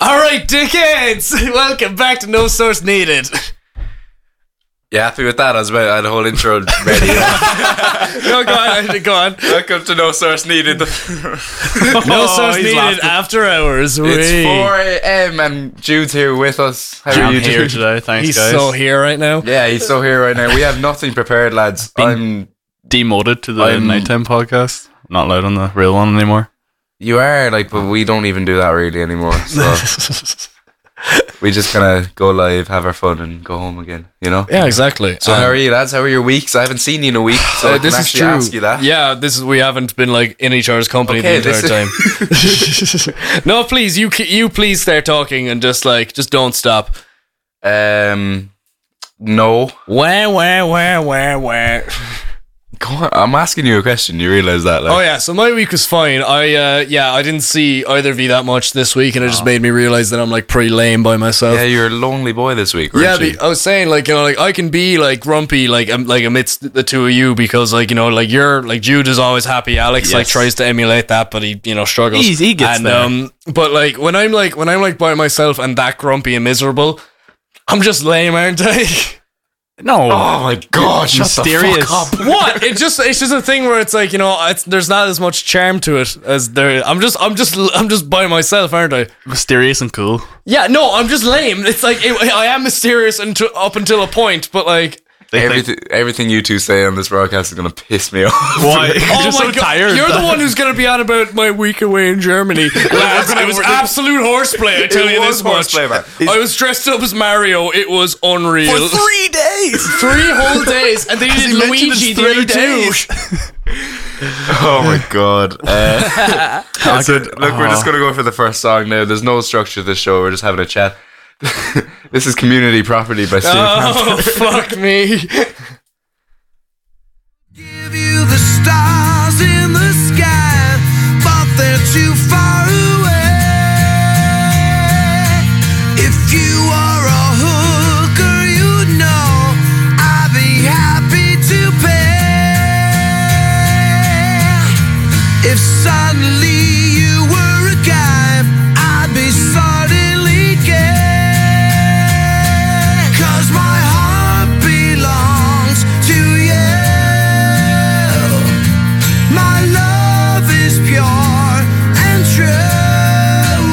All right, dickheads, welcome back to No Source Needed. You happy with that? I was about I had a whole intro ready. No, go on, go on. Welcome to No Source Needed. it's No Oh, Source he's Needed laughing. after hours. Wee. 4 a.m. and Jude's here with us. How are I'm you, Jude? here today. Thanks, He's guys. so here right now. Yeah, he's still here right now. We have nothing prepared, lads. I'm. Demoted to the I'm- nighttime podcast. Not allowed on the real one anymore. You are like, but we don't even do that really anymore. So we just kind of go live, have our fun, and go home again. You know. Yeah, exactly. Um, So how are you, lads? How are your weeks? I haven't seen you in a week, so I Uh, can actually ask you that. Yeah, this is we haven't been like in each other's company Okay, the this entire time. no, please, you c- you please start talking and just like just don't stop. Um. No. Where where where where where? Go on. I'm asking you a question. You realize that? Like, Oh yeah, so my week was fine. I uh yeah, I didn't see either of you that much this week, and it Oh. just made me realize that I'm like pretty lame by myself. yeah. You're a lonely boy this week, weren't Oh, Yeah, you? but I was saying like you know like I can be like grumpy like um, like amidst the two of you because like you know like you're like Jude is always happy. Alex like Yes. tries to emulate that, but he you know struggles. He's- he gets and, there. Um, but like when I'm like when I'm like by myself and that grumpy and miserable, I'm just lame, aren't I? No. Oh my god! Shut the mysterious. fuck up. what? It just it's just a thing where it's like you know it's, there's not as much charm to it as there. I'm just I'm just I'm just by myself, aren't I? Mysterious and cool. Yeah, no, I'm just lame. It's like it, I am mysterious until up until a point, but like. They think- Everything, everything you two say on this broadcast is gonna piss me off. Why? You're Oh so my God. tired. You're the one who's going to be on about my week away in Germany. Lads, it was absolute horseplay, I tell It you was this much. horseplay, man. I was dressed up as Mario. It was unreal. three days. three whole days, and they did he mentioned Luigi it's the three other two. days. Oh my god. Uh, that's it. Look, we're just Oh. gonna go for the first song now. There's no structure to this show. We're just having a chat. this is Community Property by Steve. Oh, fuck me. Give you the stars in the sky, but they're too far away. If you are a hooker, you know I'd be happy to pay. If suddenly you were a guy, I'd be suddenly gay. Cause my heart belongs to you. My love is pure and true.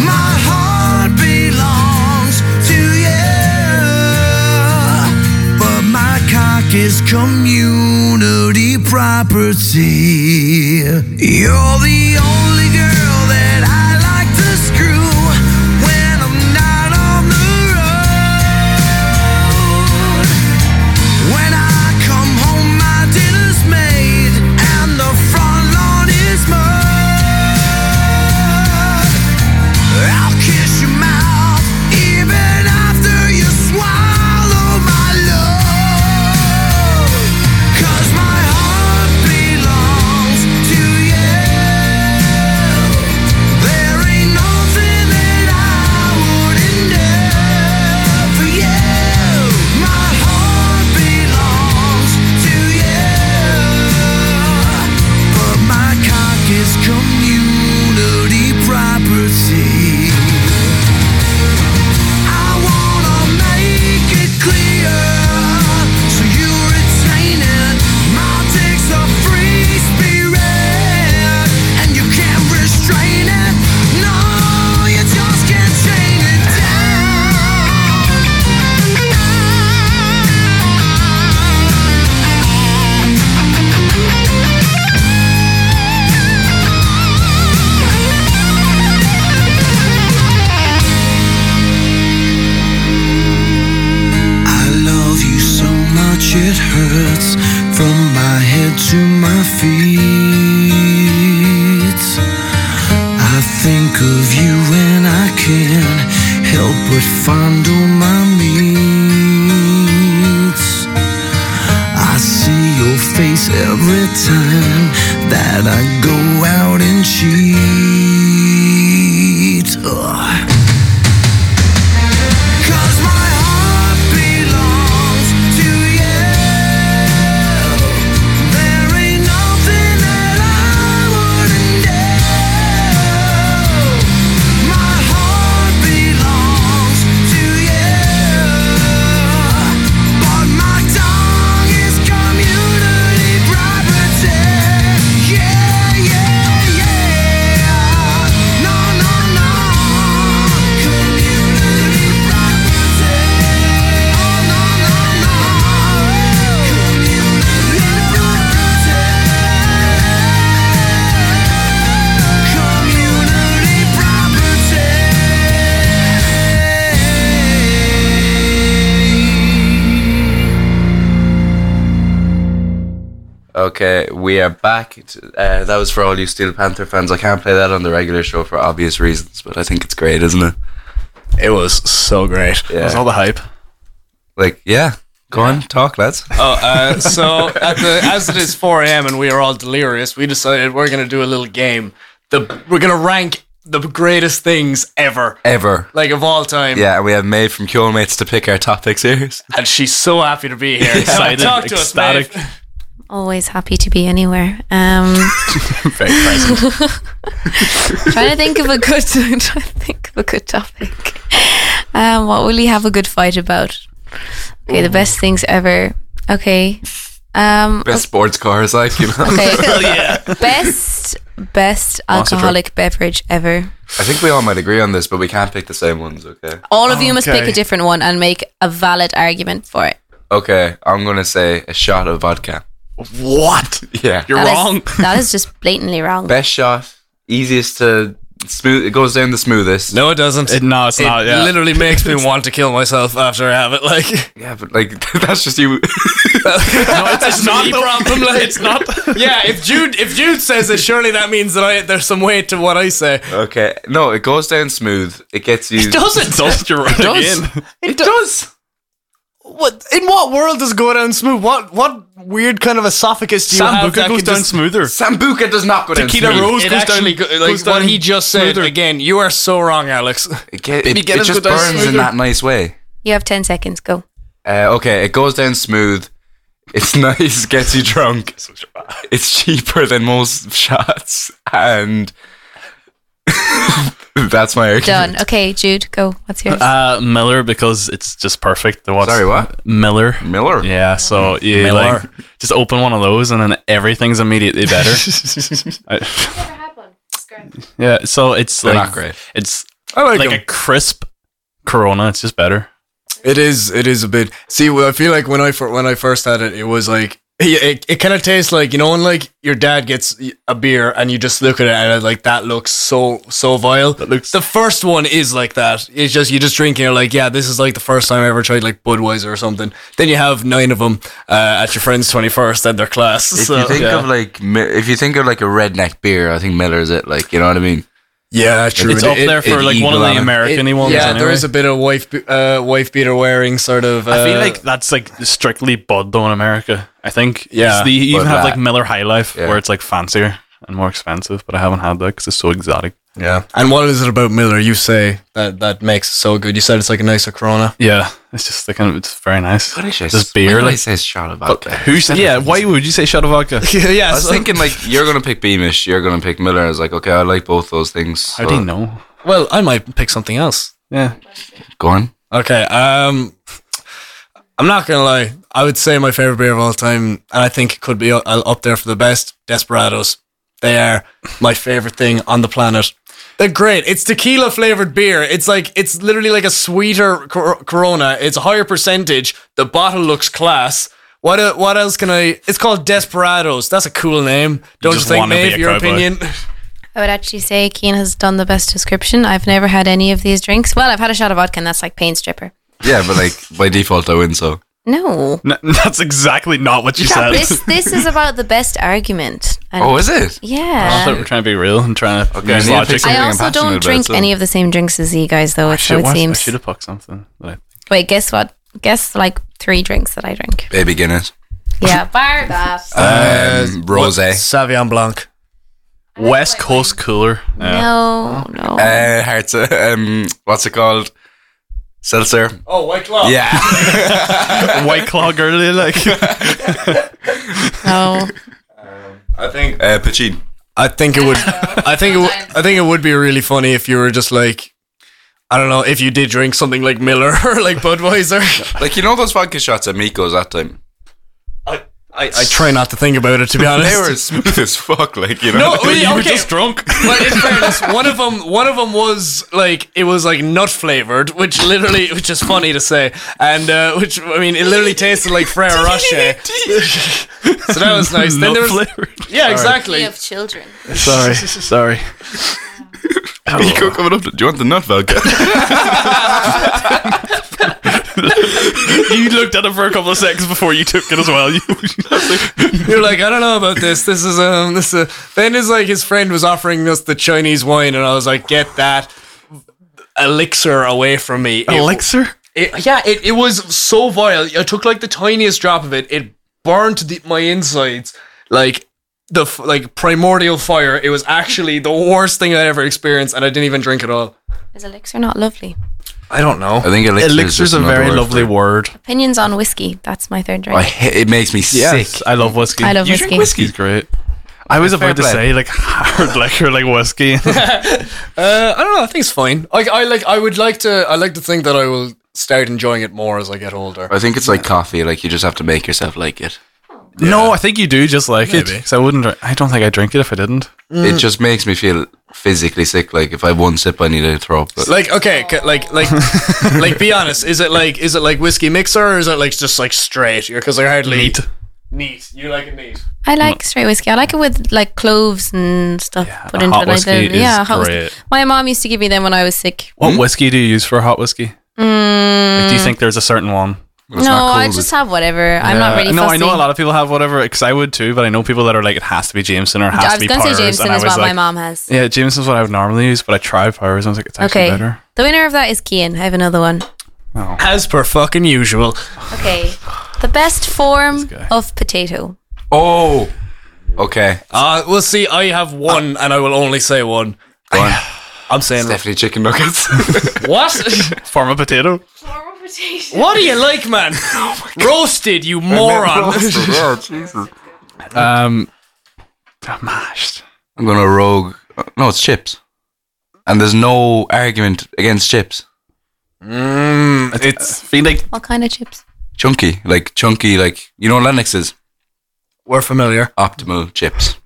My heart belongs to you. But my cock is community property. You're the only girl that I like to screw when I'm not on the road. When I come home, my dinner's made and the front lawn is mowed. I'll kiss your mouth even after you swallow my love. 'Cause my heart belongs to you. There ain't nothing that I wouldn't do for you. My heart belongs to you. But my cock is community property. I wanna make it clear, so you retain it. My dick's a free spirit, and you can't restrain it. No, you just can't chain it down. I love you so much it hurts from my head to my feet. I think of you when I can help but fondle my meat. I see your face every time that I go out and cheat. Oh. Ugh. Cause my heart belongs to you. There ain't nothing that I wouldn't do. Okay, we are back. Uh, that was for all you Steel Panther fans. I can't play that on the regular show for obvious reasons, but I think it's great, isn't it? It was so great. Yeah. That's all the hype. Like, yeah, go on, talk, lads. Oh, uh, so at the, as it is 4 a.m. and we are all delirious, we decided we're gonna do a little game. The we're gonna rank the greatest things ever, Ever. like of all time. Yeah, and we have Maeve from Cure Mates to pick our topics here. And she's so happy to be here. Excited, Talk to us, Maeve. ecstatic. Always happy to be anywhere. Um, Very present. trying to think of a good, trying to think of a good topic. Um, what will you have a good fight about? Okay, the best things ever. Okay. Um, Best sports cars, like, you know. okay. Oh, Best, best Monster truck. alcoholic beverage ever. I think we all might agree on this, but we can't pick the same ones, okay? All of you must pick Okay. a different one and make a valid argument for it. Okay, I'm gonna say a shot of vodka. what? Yeah. You're That is- wrong. that is just blatantly wrong. Best shot, easiest to smooth, it goes down the smoothest. No, it doesn't. It- no, it's It not. Yeah. literally makes me want to kill myself after I have it. Like, Yeah, but like, that's just you. no, it's, it's not the problem. it's not. yeah, if Jude if Jude says it, surely that means that I, there's some weight to what I say. okay, no, it goes down smooth. It gets you. doesn't. Don't you run does. again. It does. What in what world does it go down smooth? What what weird kind of esophagus do you have? Sambuca that goes can down just- smoother. Sambuca does not go down Tequila smooth. Rose. It goes actually down- go- like goes what down he just said smoother. again. You are so wrong, Alex. It, get, it, Miguel it goes just down burns in smoother. that nice way. You have 10 seconds. Go. Uh, okay, it goes down smooth. It's nice, gets you drunk. It's cheaper than most shots, and that's my argument. Done. Okay, Jude, go. What's yours? Uh, Miller because it's just perfect. The what's Sorry, what? Miller. Miller. Yeah, so you like just open one of those and then everything's immediately better. I- yeah, so it's They're like not great. it's I like a crisp Corona. It's just better. It is. It is a bit. See, well, I feel like when I fir- when I first had it, it was like it, it, it kind of tastes like you know when like your dad gets a beer and you just look at it and it's like that looks so so vile. That looks- the first one is like that. It's just you just drinking. You're like, yeah, this is like the first time I ever tried like Budweiser or something. Then you have nine of them uh, at your friend's twenty first and their class. If so- you think yeah. of like, mi- if you think of like a redneck beer, I think Miller's it. Like, you know what I mean? yeah, true. It's It- up it- there for it like one of eagle on the it. American ones. yeah, there anyway. is a bit of wife be- uh, wife beater wearing sort of. Uh, I feel like that's like strictly Bud though in America. I think. Yeah, It's the- you even but have that- like Miller High Life yeah. where it's like fancier and more expensive, but I haven't had that because it's so exotic. yeah. And what is it about Miller? You say that that makes it so good. You said it's like a nicer Corona. Yeah, it's just the kind of it's very nice. What is Just beer, Like, like says shot of vodka. who said? Yeah, why would you say shot of vodka? yeah, I was thinking like you're gonna pick Beamish, you're gonna pick Miller. I was like, okay, I like both those things. How so- do you know? well, I might pick something else. Yeah, Go on. Okay, um, I'm not gonna lie. I would say my favorite beer of all time, and I think it could be u- up there for the best. Desperados. They are my favorite thing on the planet. They're great. It's tequila flavored beer. It's like it's literally like a sweeter cor- Corona. It's a higher percentage. The bottle looks class. What el- what else can I? It's called Desperados. That's a cool name. Don't you, just think, wanna be Maeve? a Your cowboy. opinion? I would actually say Keen has done the best description. I've never had any of these drinks. Well, I've had a shot of vodka, and that's like pain stripper. Yeah, but like by default, I win. So No. N- that's exactly not what you said. This this is about the best argument. And oh, is it? I thought Yeah. we we're trying to be real and trying to Okay, use I need to logic. fix I something also I'm passionate don't about, Oh, drink so- any of the same drinks as you guys, though. So Shit, it what? I seems. should have fucked something. but I- Wait, guess what? Guess like three drinks that I drink. Baby Guinness, Yeah, bar that. um, rose, uh, Savion Blanc. West Coast cooler. Yeah. No, no. hearts, uh, um, what's it called? Seltzer. Oh, White Claw. Yeah, White Claw girly, like No. I think uh, Pachin. I think it would. I think it. W- I think it would be really funny if you were just like, I don't know, if you did drink something like Miller or like Budweiser. Like you know those vodka shots at Miko's that time. I, I try not to think about it to be honest. They were smooth as fuck. Like you no, know. we, you were okay. just drunk. but in fairness, one of them, one of them was like it was like nut flavored, which literally, which is funny to say, and uh, which I mean, it literally tasted like Frere Rocher. so that was nice. Then no there was, flavor. yeah, exactly. of children. Sorry, sorry. Miko coming up. to- Do you want the nut vodka? you looked at it for a couple of seconds before you took it as well. You, You're like, I don't know about this. This is um, this is. Then is like his friend was offering us the Chinese wine, and I was like, get that elixir away from me. It- elixir? it- yeah, it, it was so vile. I took like the tiniest drop of it. It burned the, my insides like the f- like primordial fire. It was actually the worst thing I ever experienced, and I didn't even drink it all. Is elixir not lovely? I don't know. I think elixir Elixir's is a just another very word lovely for word. Opinions on whiskey. That's my third it. I drink. ha- it makes me sick. I love whiskey. I love You drink whiskey. Whiskey's great. I was Fair about to play. say like hard liquor, like whiskey. Uh, I don't know. I think it's fine. Like I like. I would like to. I like to think that I will start enjoying it more as I get older. I think it's like coffee. Like you just have to make yourself like it. No, I think you do just like it. 'cause I wouldn't. dr- I don't think I would drink it if I didn't. It just makes me feel physically sick. Like if I have one sip, I need to throw up. But Like okay, c- like like like be honest. Is it like is it like whiskey mixer or is it like just like straight? Because I hardly Neat. Mm. Neat. You like it neat. I like straight whiskey. I like it with like cloves and stuff put a into hot it. Like the, whiskey is yeah, hot whiskey. great. My mom used to give me them when I was sick. Hmm? What whiskey do you use for hot whiskey? Like, do you think there's a certain one? it's Mm. no, not cold, I it's- just have whatever. I'm Uh, not really. no, I know fussy. a lot of people have whatever because I would too, but I know people that are like it has to be Jameson or it has I to was be gonna Powers. say Jameson and I is was what my like, mom has. Yeah, Jameson's what I would normally use, but I tried Powers. and I was like, it's actually Okay. better. The winner of that is Kian. I have another one. As per fucking usual. Okay. The best form guy. of potato. oh, okay. Uh we'll see. I have one, and I will only say one. Go on. I'm saying It's definitely chicken nuggets. what? Form of potato. what do you like, man? Roasted, you moron. Oh, Jesus. Um, oh, mashed. I'm gonna rogue. No, it's chips. And there's no argument against chips. Mm, uh, It's feel like What kind of chips? Chunky, like chunky, like you know, Lennox is We're familiar. optimal chips.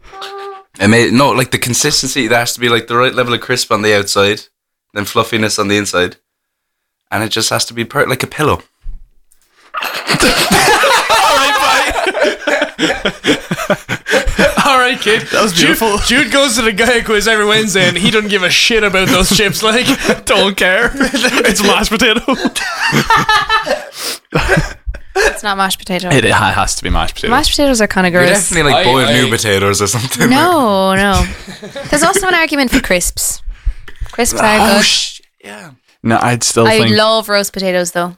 I may no like the consistency. There has to be like the right level of crisp on the outside, then fluffiness on the inside, and it just has to be per- like a pillow. All right, kid. That was beautiful. Jude, Jude goes to the guy quiz every Wednesday, and he doesn't give a shit about those chips. Like, don't care. it's mashed potato. It's not mashed potato. it, it has to be mashed potato. Mashed potatoes are kind of You gross. definitely like I- boiled I- new potatoes or something. No, no. There's also an argument for crisps. Crisps are Oh good. sh- yeah. no, I'd still I think love roast potatoes though.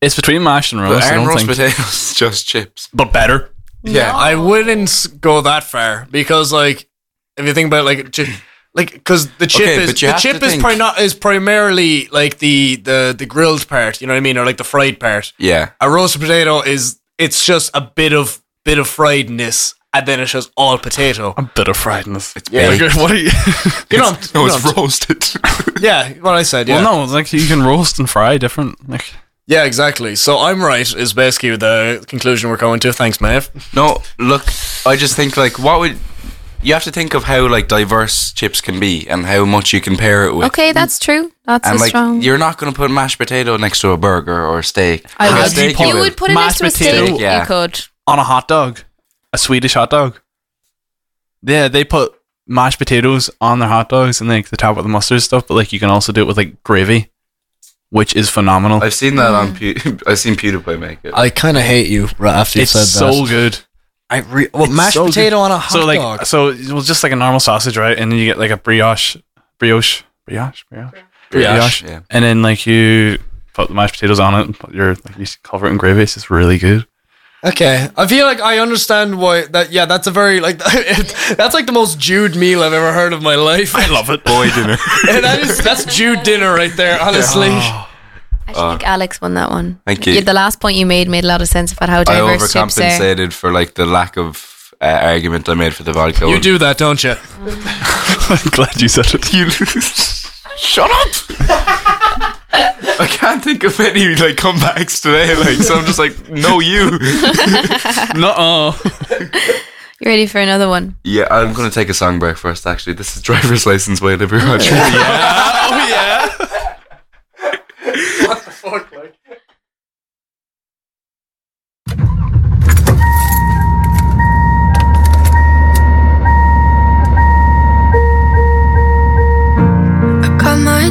it's between mashed and But roast. I iron don't roast think, potatoes just chips. but better. Yeah. I wouldn't s- go that far because, like, if you think about like, chi- like, because the chip Okay, is but you the have chip to is think- pri- not, is primarily like the the the grilled part. You know what I mean, or like the fried part. Yeah. A roasted potato is it's just a bit of bit of friedness, and then it's just all potato. A bit of friedness. It's Yeah. baked. what are you? You know, No, you know, it's roasted. yeah, what I said. Yeah, Well, no, it's like you can roast and fry different. Like yeah, exactly. So I'm right is basically the conclusion we're going to. Thanks, Maeve. no, look, I just think like what would you have to think of how like diverse chips can be and how much you can pair it with. Okay, that's true. That's And a like strong. you're not gonna put mashed potato next to a burger or a steak. I Because would. steak you would put it next Mashed to a potato. steak. Yeah. You could. on a hot dog, a Swedish hot dog. Yeah, they put mashed potatoes on their hot dogs and like the top with the mustard stuff. But like you can also do it with like gravy, which is phenomenal. I've seen that on. Pew- I've seen PewDiePie make it. I kind of hate you right after it's so good. I re- well, It's mashed so good. potato on a hot so like dog. so it was just like a normal sausage, right? And then you get like a brioche, brioche, brioche, brioche, brioche, Yeah. and then like you put the mashed potatoes on it. And put your like you cover it in gravy. It's just really good. Okay, I feel like I understand why that. Yeah, that's a very like that's like the most Jude meal I've ever heard of my life. I love it. Boy dinner. And that is that's Jude dinner right there. Honestly, Oh. I should think Alex won that one. Thank you. Yeah, the last point you made made a lot of sense about how I Oh, diverse chips are. overcompensated for like the lack of uh, argument I made for the vodka. you one. do that, don't you? I'm glad you said it. You lose. Shut up. I can't think of any like comebacks today. Like so, I'm just like, no, you. Oh, No. You ready for another one? Yeah, I'm gonna take a song break first. Actually, this is driver's license by Olivia Rodrigo. Got my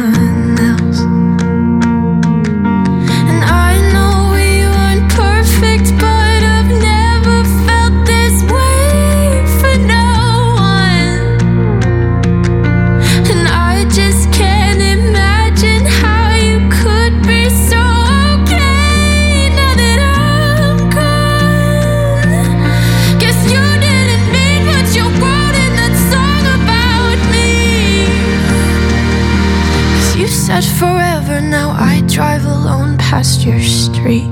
else? And I know we weren't perfect, but I've never felt this way for no one. And I just can't imagine how you could be so okay now that I'm gone. Guess you didn't mean what you wrote in that song about me. Cause you said forever, now I drive alone past your street.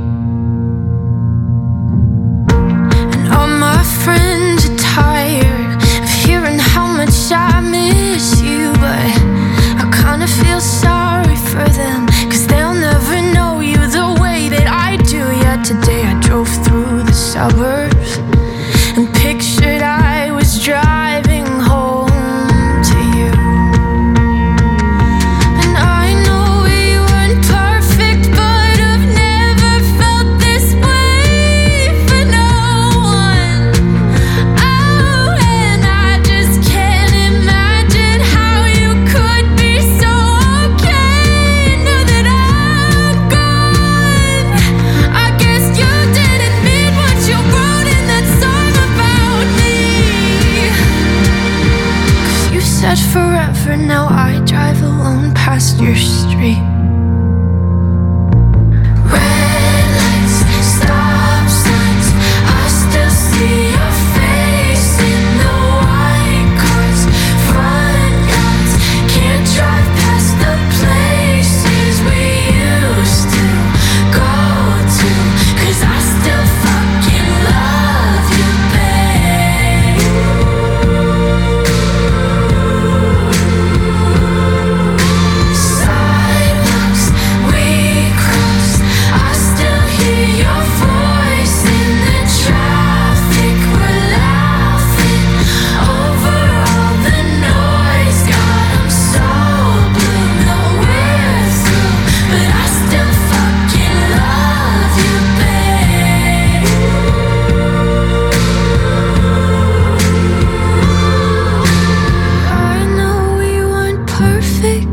And all my friends are tired of hearing how much I miss you, but I kinda feel sorry for them. Cause they'll never know you the way that I do. Yet today I drove through the suburbs and pictured I was driving home to you. And I know we weren't perfect, but I've never felt this way for no one. Oh, and I just can't imagine how you could be so okay now that I'm gone. I guess you didn't mean what you wrote in that song about me. Cause you said forever, now I drive alone past your street. Red lights, stop signs, I still see your face in the white cars, front yards. Can't drive past the places we used to go to. Cause I still fucking love you, babe. Sidewalks we cross, I still hear your voice in the traffic. We're laughing over all the noise. God, I'm so blue, no we're through, but I still fucking love you, babe. I know we weren't perfect,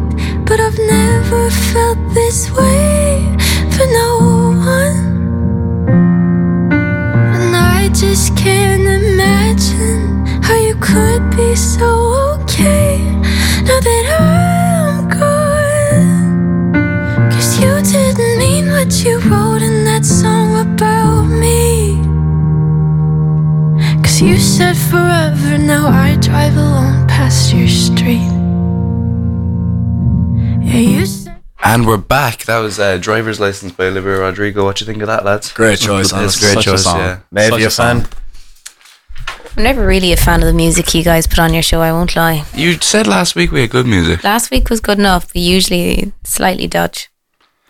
but I've never felt this way for no one. And I just can't imagine how you could be so okay now that I'm gone. Cause you didn't mean what you wrote in that song about me. Cause you said forever, now I drive alone past your street. Yeah, you said. And we're back. That was uh, Driver's License by Olivia Rodrigo. What do you think of that, lads? Great choice, honestly. It's a great Such a choice, song. yeah. Maybe Such a a song. fan. I'm never really a fan of the music you guys put on your show, I won't lie. You said last week we had good music. Last week was good enough, but usually slightly dodge.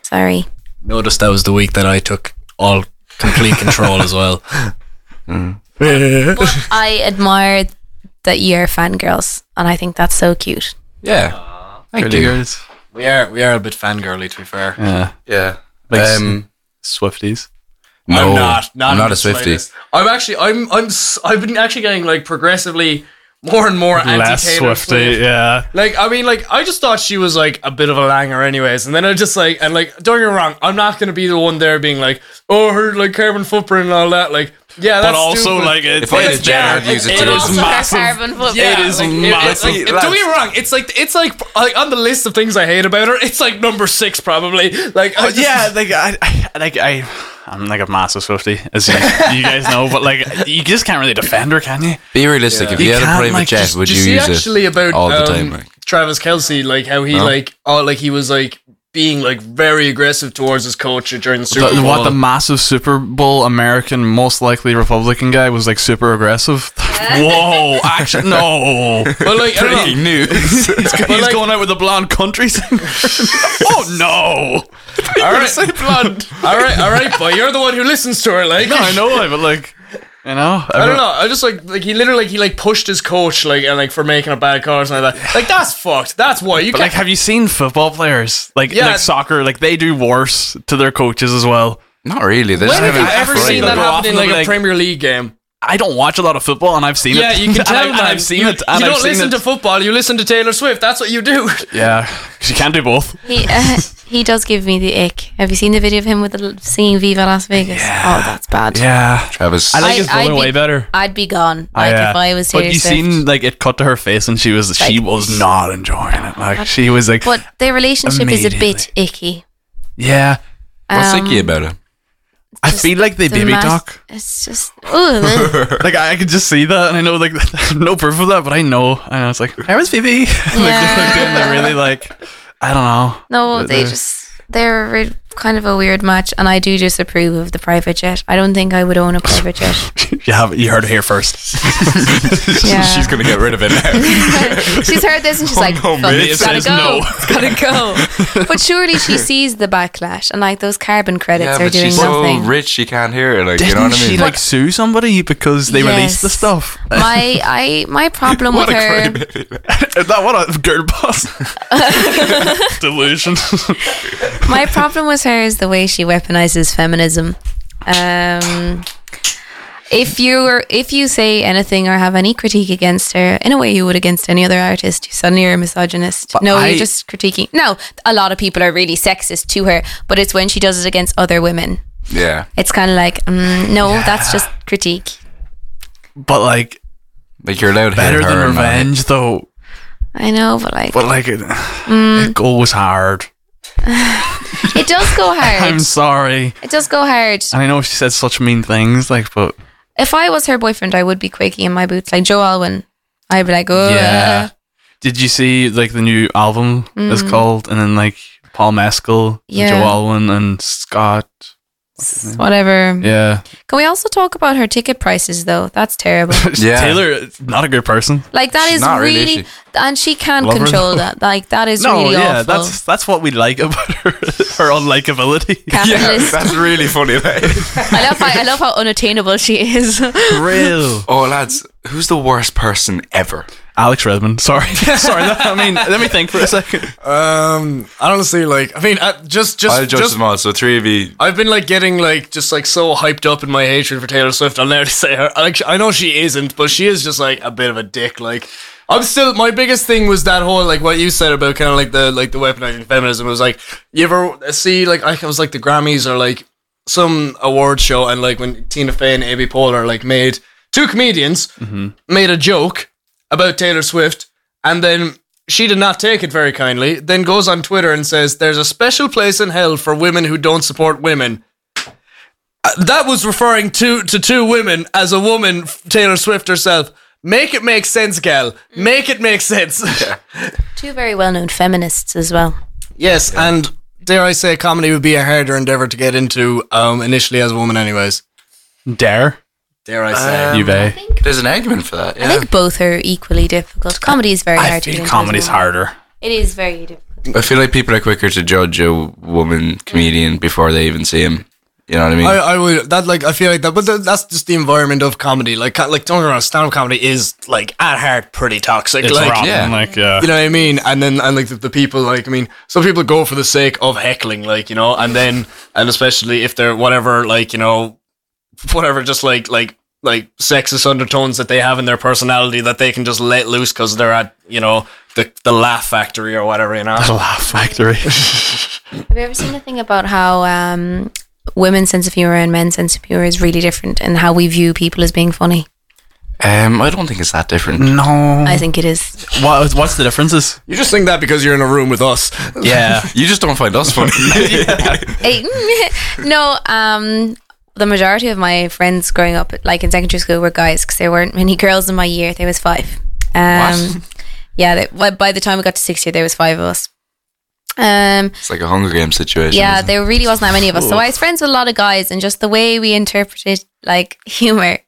Sorry. Noticed that was the week that I took all complete control as well. But I admire that you're fangirls, and I think that's so cute. Yeah. Thank Pretty you. girls. we are we are a bit fangirly, to be fair. Yeah. Yeah. Like, um, Swifties. no, I'm not. not I'm in not the a Swifty. slightest. I'm actually. I'm. I'm. s- I've been actually getting like progressively more and more Less anti-Taylor Swifty. Yeah. Like I mean, like I just thought she was like a bit of a langer, anyways. And then I just like and like don't get me wrong, I'm not gonna be the one there being like, oh, her like carbon footprint and all that. Like, yeah, that's But also, stupid. like, it's, If I had a it's, jet, I'd yeah, use it it too. is also- massive. Yeah, It is like, massive. it's like- don't get me wrong. It's like it's like, like on the list of things I hate about her. It's like number six probably. Like I But just- Oh, yeah, like I, I, like I, I'm like a massive Swifty, as you, you guys know. But like, you just can't really defend her, can you? Be realistic. If You you, had a can't, private like, jet, just- would Do you you see use actually it about all the um, time? Like, Travis Kelsey, like how he like oh like he was like being like very aggressive towards his coach during the Super The- Bowl. what the massive Super Bowl American, most likely Republican guy was like super aggressive. Whoa, actually, no. but like, I don't know. news. he's like- going out with a blonde country singer. oh no! all right, Say blonde. all right, all right, boy, you're the one who listens to her. Like, No, I know it, but like, you know, I don't know. I just like like he literally like, he like pushed his coach like and like for making a bad call or something like that. Like that's fucked. That's why you But like, can't. have you seen football players like Yeah. like soccer? Like they do worse to their coaches as well. Not really. They When just have you haven't ever tried seen it. that They'll happen often in like be a like- Premier League game? I don't watch a lot of football, and I've seen Yeah, it. you can And tell. I, and man. I've seen You- it. And you I've don't seen listen it. to football. You listen to Taylor Swift. That's what you do. yeah, 'cause you can't do both. He, uh, he does give me the ick. Have you seen the video of him with the l- singing Viva Las Vegas? Oh, that's bad. Yeah, Travis. I like I- his I'd brother be- way better. I'd be gone. Like yeah. if I was but Taylor you Swift. seen like it cut to her face, and she was she Like- was not enjoying it. Like she was like, but their relationship is a bit icky. yeah. What's Um, icky about it? I Just feel like they the baby mas- talk. It's just ooh, Like I, I could just see that, and I know like no proof of that, but I know. And I was like, "How is Phoebe?" like, like doing the really like, I don't know. no, they They're- just they're re- kind of a weird match, and I do disapprove of the private jet. I don't think I would own a private jet. You have you heard it here first. Yeah. She's gonna get rid of it now. she's heard this Oh, and she's like, no, "Fuck, mate, it's it gotta says go, no." it's gotta go." But surely she sees the backlash, and like those carbon credits yeah, are but doing she's nothing. so rich she can't hear it. Like Didn't you know what I she mean? like sue somebody because they released the Yes. stuff? my I my problem with her. Is that what a girl boss? Delusion. My problem with her is the way she weaponizes feminism. Um, if you were, if you say anything or have any critique against her in a way you would against any other artist, you suddenly are a misogynist. no, I- you're just critiquing. No, a lot of people are really sexist to her, but it's when she does it against other women. yeah. It's kind of like, mm, no, that's just critique. but like Like you're allowed to better hit her than and not- revenge though. I know, but like, But like it, it goes hard. Mm, it does go I'm hard. sorry. It does go hard. And I know she said such mean things, like but If I was her boyfriend, I would be quaking in my boots like Joe Alwyn. I'd be like, oh, Yeah. Did you see like the new album is called, and then like Paul Mescal, Mm. Yeah. Joe Alwyn, and Scott? whatever. Yeah, Can we also talk about her ticket prices though? That's terrible. Yeah. Taylor, not a good person. Like that She's is not really, really, is and she can't Love her, control that. Like that is no, really yeah, awful. that's that's what we like about her, her unlikability. Capitalist. that's really funny. Like. I love how, I love how unattainable she is. Real oh, lads, who's the worst person ever? Alex Redmond. Sorry, sorry. that- I mean, let me think for a second. Um, I honestly like. I mean, I, just just I'll judge just them all. So three of you. I've been like getting like just like so hyped up in my hatred for Taylor Swift. I'll never say her. Like I know she isn't, but she is just like a bit of a dick. Like I'm still my biggest thing was that whole like what you said about kind of like the like the weaponizing feminism. It was like you ever see like I think it was like the Grammys or like some award show and like when Tina Fey and Amy Poehler like made two comedians Mm-hmm. made a joke about Taylor Swift and then she did not take it very kindly. Then goes on Twitter and says, "There's a special place in hell for women who don't support women." Uh, That was referring to to two women as a woman, f- Taylor Swift herself. Make it make sense, gal. Make it make sense. Two very well-known feminists as well. yes, and dare I say, comedy would be a harder endeavor to get into um, initially as a woman, anyways. Dare Dare I say? you, bay? There's an argument for that. Yeah. Um, I think both are equally difficult. Comedy is very I hard. to get feel into comedy's as well. harder. It is very difficult. I feel like people are quicker to judge a woman comedian before they even see him. You know what I mean? I, I would that like I feel like that, but th- that's just the environment of comedy. Like ca- like don't get me wrong, stand up comedy is like at heart pretty toxic. It's like rotten. yeah. Like yeah. you know what I mean? And then and like the, the people like I mean, some people go for the sake of heckling, like you know, and then and especially if they're whatever like you know, whatever just like like like sexist undertones that they have in their personality that they can just let loose because they're at you know the the laugh factory or whatever you know. Laugh Factory. Have you ever seen a thing about how um, women's sense of humor and men's sense of humor is really different, and how we view people as being funny? um, I don't think it's that different. no. I think it is. What, what's the differences? You just think that because you're in a room with us. Yeah. You just don't find us funny. Eh, no, um, the majority of my friends growing up, like in secondary school, were guys because there weren't many girls in my year. There was five. Um, Yeah, they, well, by the time we got to sixth year, there was five of us. Um, It's like a Hunger Game situation. yeah, isn't it? there really wasn't that many of us. So I was friends with a lot of guys, and just the way we interpreted like humor,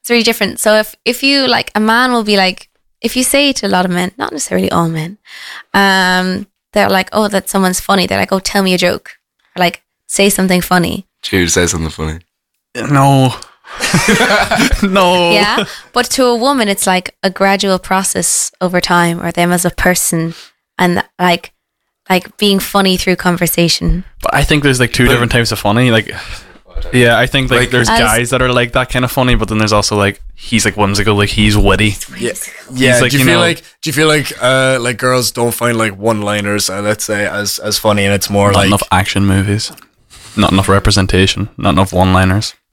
it's really different. So if if you like a man will be like, if you say to a lot of men, not necessarily all men, um, they're like, oh, that someone's funny. They're like, oh, tell me a joke, or like say something funny. Jude says something funny. No. no. Yeah, but to a woman, it's like a gradual process over time, or them as a person, and like like being funny through conversation. But I think there's like two different types of funny. Like, yeah, I think like, Like- there's As- guys that are like that kind of funny, but then there's also like he's like whimsical, like he's witty. Yeah, He's like, do you, you feel know- like do you feel like uh like girls don't find like one liners uh, let's say as as funny and it's more Not like enough action movies. Not enough representation. Not enough one-liners.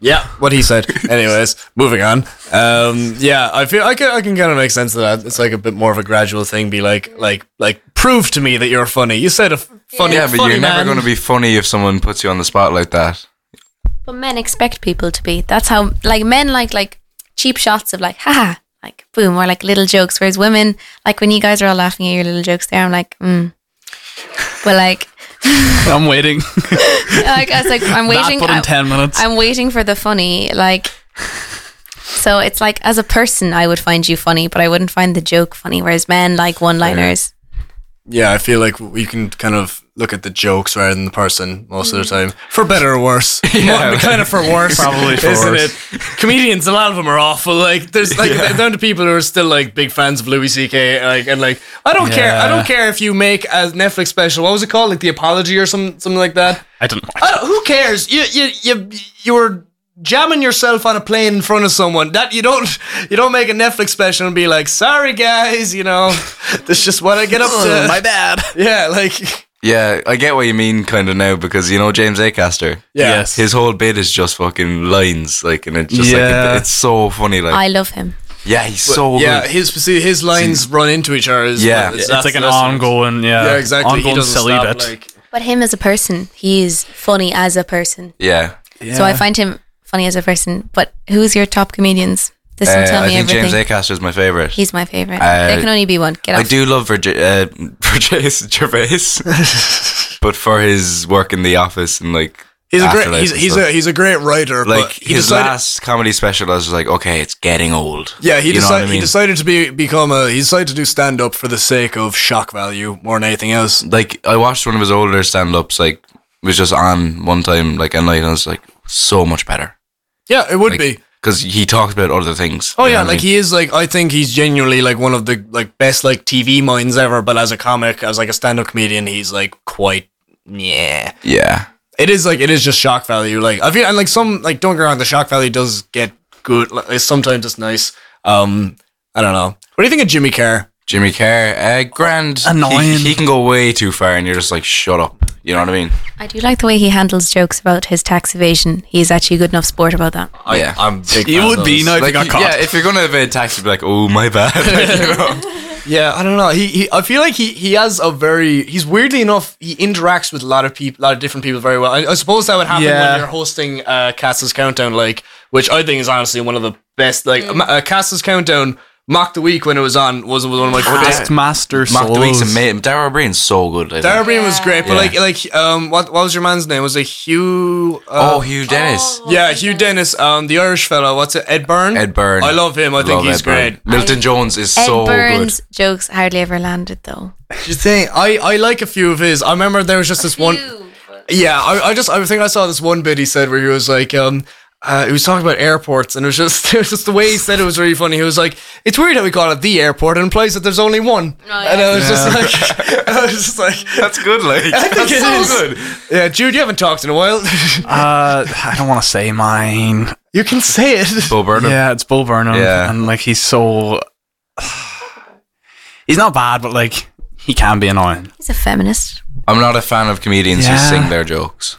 yeah what he said. Anyways, moving on. Um yeah, I feel I can I can kind of make sense of that. It's like a bit more of a gradual thing. Be like like like prove to me that you're funny. You said a f- funny. Yeah, but funny you're never man. going to be funny if someone puts you on the spot like that. But men expect people to be. That's how like men like like cheap shots of like haha like boom or like little jokes. Whereas women like when you guys are all laughing at your little jokes there, I'm like mm. But like I'm waiting. like I was like that I'm waiting. but in ten minutes. I'm waiting for the funny like. So it's like as a person, I would find you funny, but I wouldn't find the joke funny. Whereas men like one-liners. Yeah, I feel like we can kind of look at the jokes rather than the person most Mm. of the Mm. time, for better or worse. Well, kind of for worse, Probably for isn't worse. it? Comedians, a lot of them are awful. Like, there's like the amount of people who are still like big fans of Louis C.K. Like, and like, I don't care. I don't care if you make a Netflix special. What was it called? Like the Apology or some something like that. I don't know. I don't- who cares? You you you you're jamming yourself on a plane in front of someone. That you don't you don't make a Netflix special and be like, sorry guys, you know, this is just what I get up Oh, to. My bad. Yeah, like Yeah, I get what you mean kind of now because you know James Acaster. yeah. Yes. His whole bit is just fucking lines, like, and it's just like Yeah. it, it's so funny. Like, I love him. yeah, he's so yeah, good. his see, his lines run into each other. Is, Yeah. is- It's that's- it's like an that's- ongoing, yeah, Yeah, exactly. ongoing silly bit. Like, But him as a person, he is funny as a person. yeah, So I find him funny as a person. But who's your top comedians? This will Uh, tell I me think everything. James Acaster is my favorite. He's my favorite. Uh, there can only be one. Get I off. do love Virgi- uh, Virgis Gervais, but for his work in the office and like he's a Afterlife great he's, and he's stuff. a he's a great writer. like but he his decided, last comedy special, I was like, okay, it's getting old. Yeah, he You know what decided I he mean? decided to be become a he decided to do stand up for the sake of shock value more than anything else. like I watched one of his older stand ups, like it was just on one time, like at night, and I was like, so much better. Yeah, it would be. Because he talked about other things. Oh you know yeah, what I like mean? he is like I think he's genuinely like one of the like best like TV minds ever. But as a comic, as like a stand-up comedian, he's like quite yeah. Yeah. It is like it is just shock value. Like I feel and like some like don't get me wrong, the shock value does get good. Like, it's sometimes it's nice. Um, I don't know. What do you think of Jimmy Carr? Jimmy Carr, uh, grand. He- Annoying. He, can go way too far, and you're just like, shut up. You know what I mean? I do like the way he handles jokes about his tax evasion. He's actually a good enough sport about that. I, Yeah. I'm big. He fan of would be those. now if he got you- caught. yeah, if you're gonna evade tax, you'd be like, oh my bad. Like, you know? Yeah, I don't know. He, he I feel like he he has a very he's weirdly enough he interacts with a lot of people, a lot of different people very well. I, I suppose that would happen Yeah. when you're hosting uh, Castle's Countdown, like which I think is honestly one of the best. Like Ma- uh, Castle's Countdown, mock the week when it was on was was one of my favorite. Taskmaster Mark the week's Solos. amazing. Dara Breen's so good. I think. Darren Breen was great, but Yeah. like like um what what was your man's name? Was it Hugh? Uh, oh, Hugh Dennis. yeah, Hugh Dennis, um the Irish fellow. What's it? Ed Byrne. Ed Byrne. I love him. I think Love he's Ed Byrne. great. Milton Jones is Ed so Burns' jokes hardly ever landed though. Just saying, I I like a few of his. I remember there was just this one. Yeah, I, I just I think I saw this one bit he said where he was like, um, uh, he was talking about airports, and it was just it was just the way he said it was really funny. He was like, "It's weird how we call it the airport. It implies that there's only one." And I was just like, I was just like, good. That's good. Like think that's it so is. good. "Yeah, Jude, you haven't talked in a while. Uh, I don't want to say mine. you can say it." Bo Burnham. Yeah, it's Bo Burnham. Yeah. And like he's so He's not bad, but like he can be annoying. He's a feminist. I'm not a fan of comedians Yeah. who sing their jokes.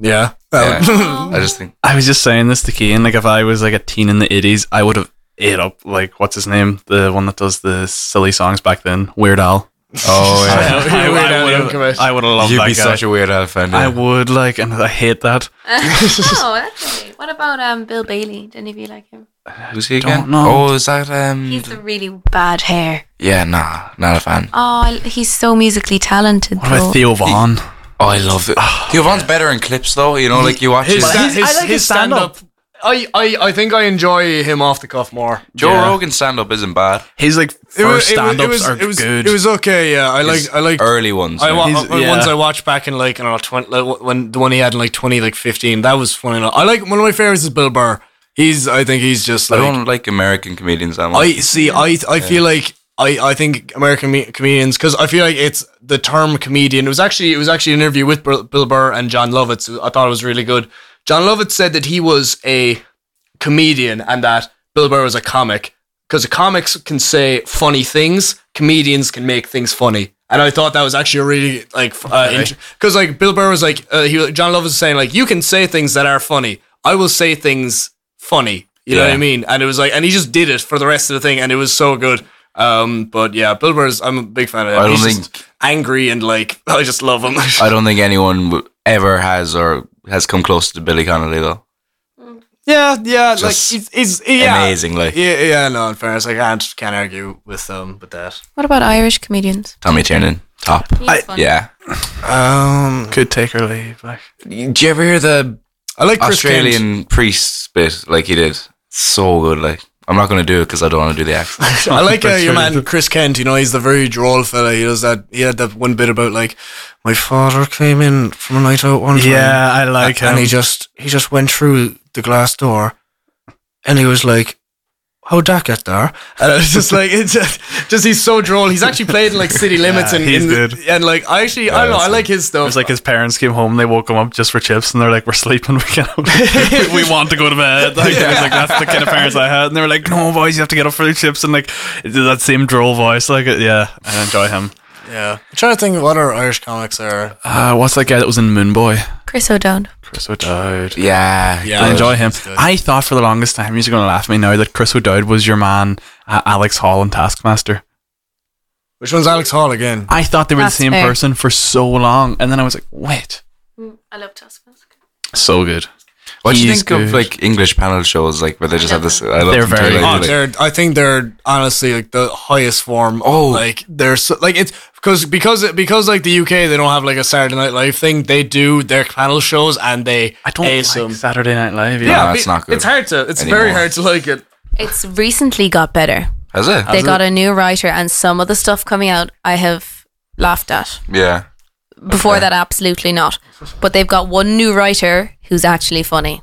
Yeah, That Yeah. would- Oh. I just think I was just saying this to Keane, like if I was like a teen in the eighties, I would have ate up like what's his name? The one that does the silly songs back then, Weird Al. Oh yeah. You're a Weird Al would Yankovic. have I would have loved You'd that be guy. such a weird Al fan. I would like and I hate that. oh, that's What about um Bill Bailey? Did any of you like him? Who's he Don't again? know. Oh, is that um? He's the really bad hair. yeah, nah, not a fan. Oh, I- he's so musically talented. What about though. Theo Vaughn? Oh, I love it. Yvonne's better in clips though. You know, like you watch Ah, his, his, sta- his, I like his his stand stand-up. up. I, I, I think I enjoy him off the cuff more. Joe Yeah. Rogan stand up isn't bad. His like It wa- first it wa- it stand ups was- are it was, good. It was okay. Yeah, I like I like early ones. I yeah. wa- He's- uh, yeah. ones I watched back in like I don't know twenty like, when the one he had in like twenty like fifteen that was funny. enough. I like one of my favorites is Bill Burr. He's I think he's just I like don't like American comedians that much. I see. I I feel like I I think American me- comedians because I feel like it's the term comedian. It was actually it was actually an interview with Bill Bill Burr and John Lovitz. who I thought it was really good. John Lovitz said that he was a comedian and that Bill Burr was a comic because comics can say funny things, comedians can make things funny. And I thought that was actually a really like because like Bill Burr was like uh, he was- John Lovitz was saying like you can say things that are funny. I will say things funny. You know what I Yeah. mean? And it was like and he just did it for the rest of the thing and it was so good. Um, but yeah, Bill Burr's I'm a big fan of him. I don't He's think- just angry and like I just love him. I don't think anyone w- ever has or has come close to Billy Connolly though. yeah, yeah, like Just he's, he's yeah. Amazingly, Yeah, yeah, no, in fairness, I can't can't argue with um with that. What about Irish comedians? Tommy Tiernan, top. He's funny. Yeah. Um Could take or leave. Like, Do you ever hear the I like Chris Australian Australian priest bit like he did? So good. Like I'm not gonna do it because I don't want to do the accent. I like uh, your man Chris Kent. You know, he's the very droll fella. He does that. He had that one bit about like my father came in from a night out one time. yeah, I like him. and he just he just went through the glass door, and he was like. How'd that get there? And I was just like, it's just, just he's so droll. He's actually played in like City Limits and he's in the- good. and like I actually I don't know I like his It stuff. was like his parents came home, they woke him up just for chips, and they're like, "We're sleeping, we can't. we, we want to go to bed." Like, it was like that's the kind of parents I had, and they were like, "No, boys, you have to get up for the chips," and like it did that same droll voice. Like, uh, yeah, I enjoy him. yeah. I'm trying to think of what other Irish comics are. Uh, what's that guy that was in Moonboy? Chris O'Donnell. Chris O'Dowd. yeah. Yeah, I enjoy him. He's good. I thought for the longest time, he's going to laugh at me now, that Chris O'Dowd was your man, uh, Alex Hall and Taskmaster. Which one's Alex Hall again? I thought they were That's the same fair. person for so long, and then I was like, wait, I love Taskmaster. so good. What do you He's think of good. like English panel shows like where they just have this? I love They're them too, very like, Oh, like- they're, I think they're honestly like the highest form. Oh, like they're so, like it's because because because like the UK they don't have like a Saturday Night Live thing. They do their panel shows and they I don't ace like them. Saturday Night Live. you know. No, it's be- not good It's hard to. It's very anymore. hard to like it. It's recently got better. Has it? they got a new writer, and some of the stuff coming out I have laughed at. yeah. Before that, absolutely not. But they've got one new writer who's actually funny.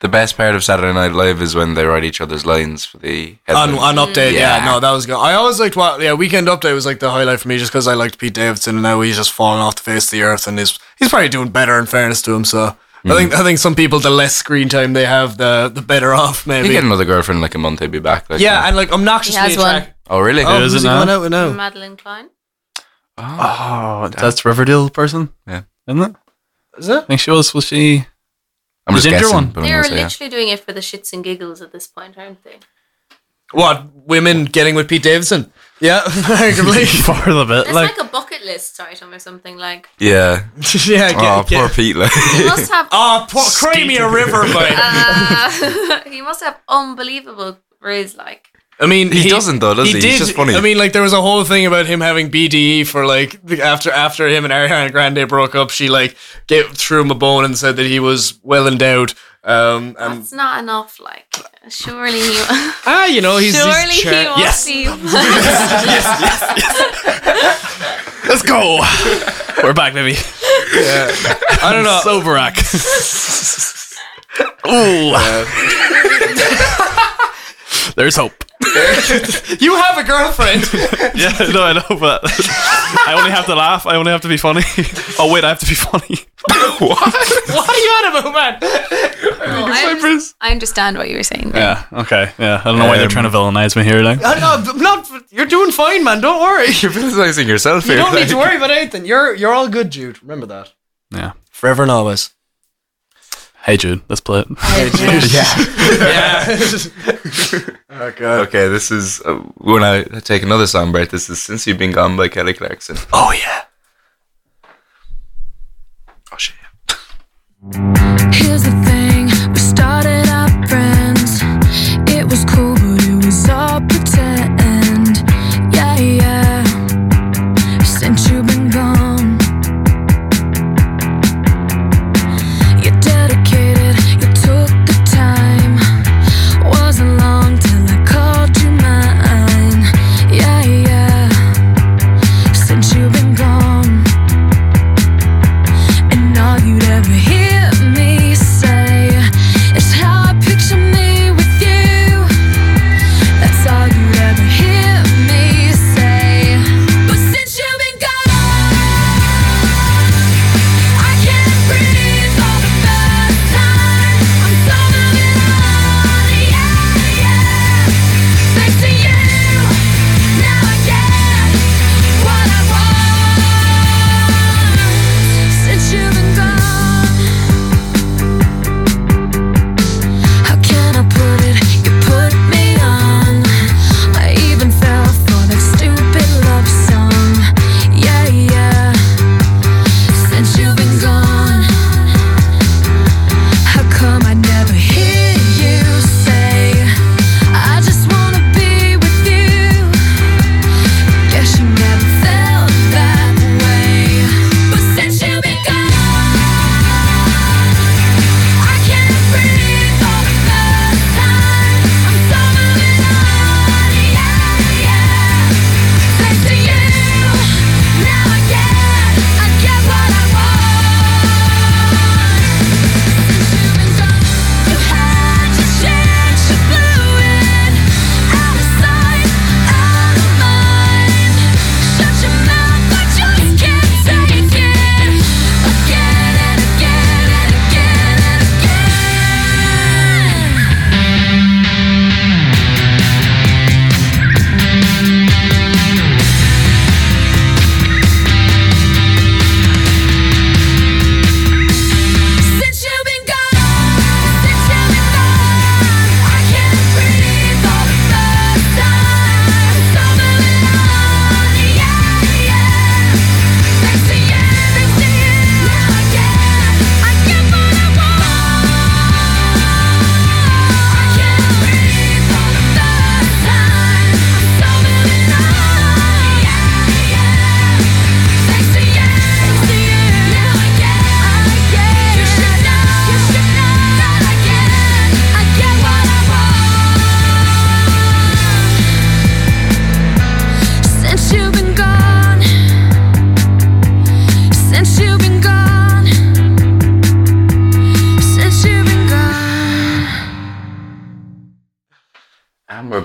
The best part of Saturday Night Live is when they write each other's lines for the On, headline. on update, yeah. Yeah. no, that was good. I always liked what, yeah, weekend update was like the highlight for me, just because I liked Pete Davidson, and now he's just falling off the face of the earth, and he's he's probably doing better. In fairness to him, so Mm. I think I think some people, the less screen time they have, the the better off If maybe. you get another girlfriend in, like a month, he'd be back. Like, yeah, and like obnoxiously He has one. attract- oh really? Oh, Who is who's it he now? going out with now? Madeline Klein. Oh, that's Riverdale person. Yeah. Isn't it? Is it? I think she was. Was she? I'm just Ginger guessing. one. but I'm gonna say, yeah. doing it for the shits and giggles at this point, aren't they? What women getting with Pete Davidson? Yeah, arguably. For a bit. Like, a bucket list item or something like. Yeah. yeah, get, Oh, get. poor Pete. Like. must have Oh, poor, cry me a river, mate. uh, he must have unbelievable rays like. I mean, He doesn't though, does he? He's just funny. I mean, like there was a whole thing about him having BDE for like the- after after him and Ariana Grande broke up. She like gave, threw him a bone and said that he was well endowed. Um, and, That's not enough. Like, surely he. ah, you know, he's surely he's he char- wants yes. to. let's go. We're back, baby. I don't know. Sober act. Ooh. There's hope. you have a girlfriend. Yeah, no, I know, but I only have to laugh. I only have to be funny. Oh wait, I have to be funny. what are you on about, man? I, under- I understand what you were saying. There. Yeah. Okay. Yeah. I don't know why Um, they're trying to villainize me here. Like, I'm not, Um, I'm not. You're doing fine, man. Don't worry. You're criticizing yourself here. You don't need to like. worry about anything. You're you're all good, Jude. Remember that. yeah. Forever and always. Hey Jude, let's play it. Yeah. oh god. Okay, this is uh, when I take another song break. This is "Since You've Been Gone" by Kelly Clarkson. Oh yeah. Oh shit. Here's the thing, we started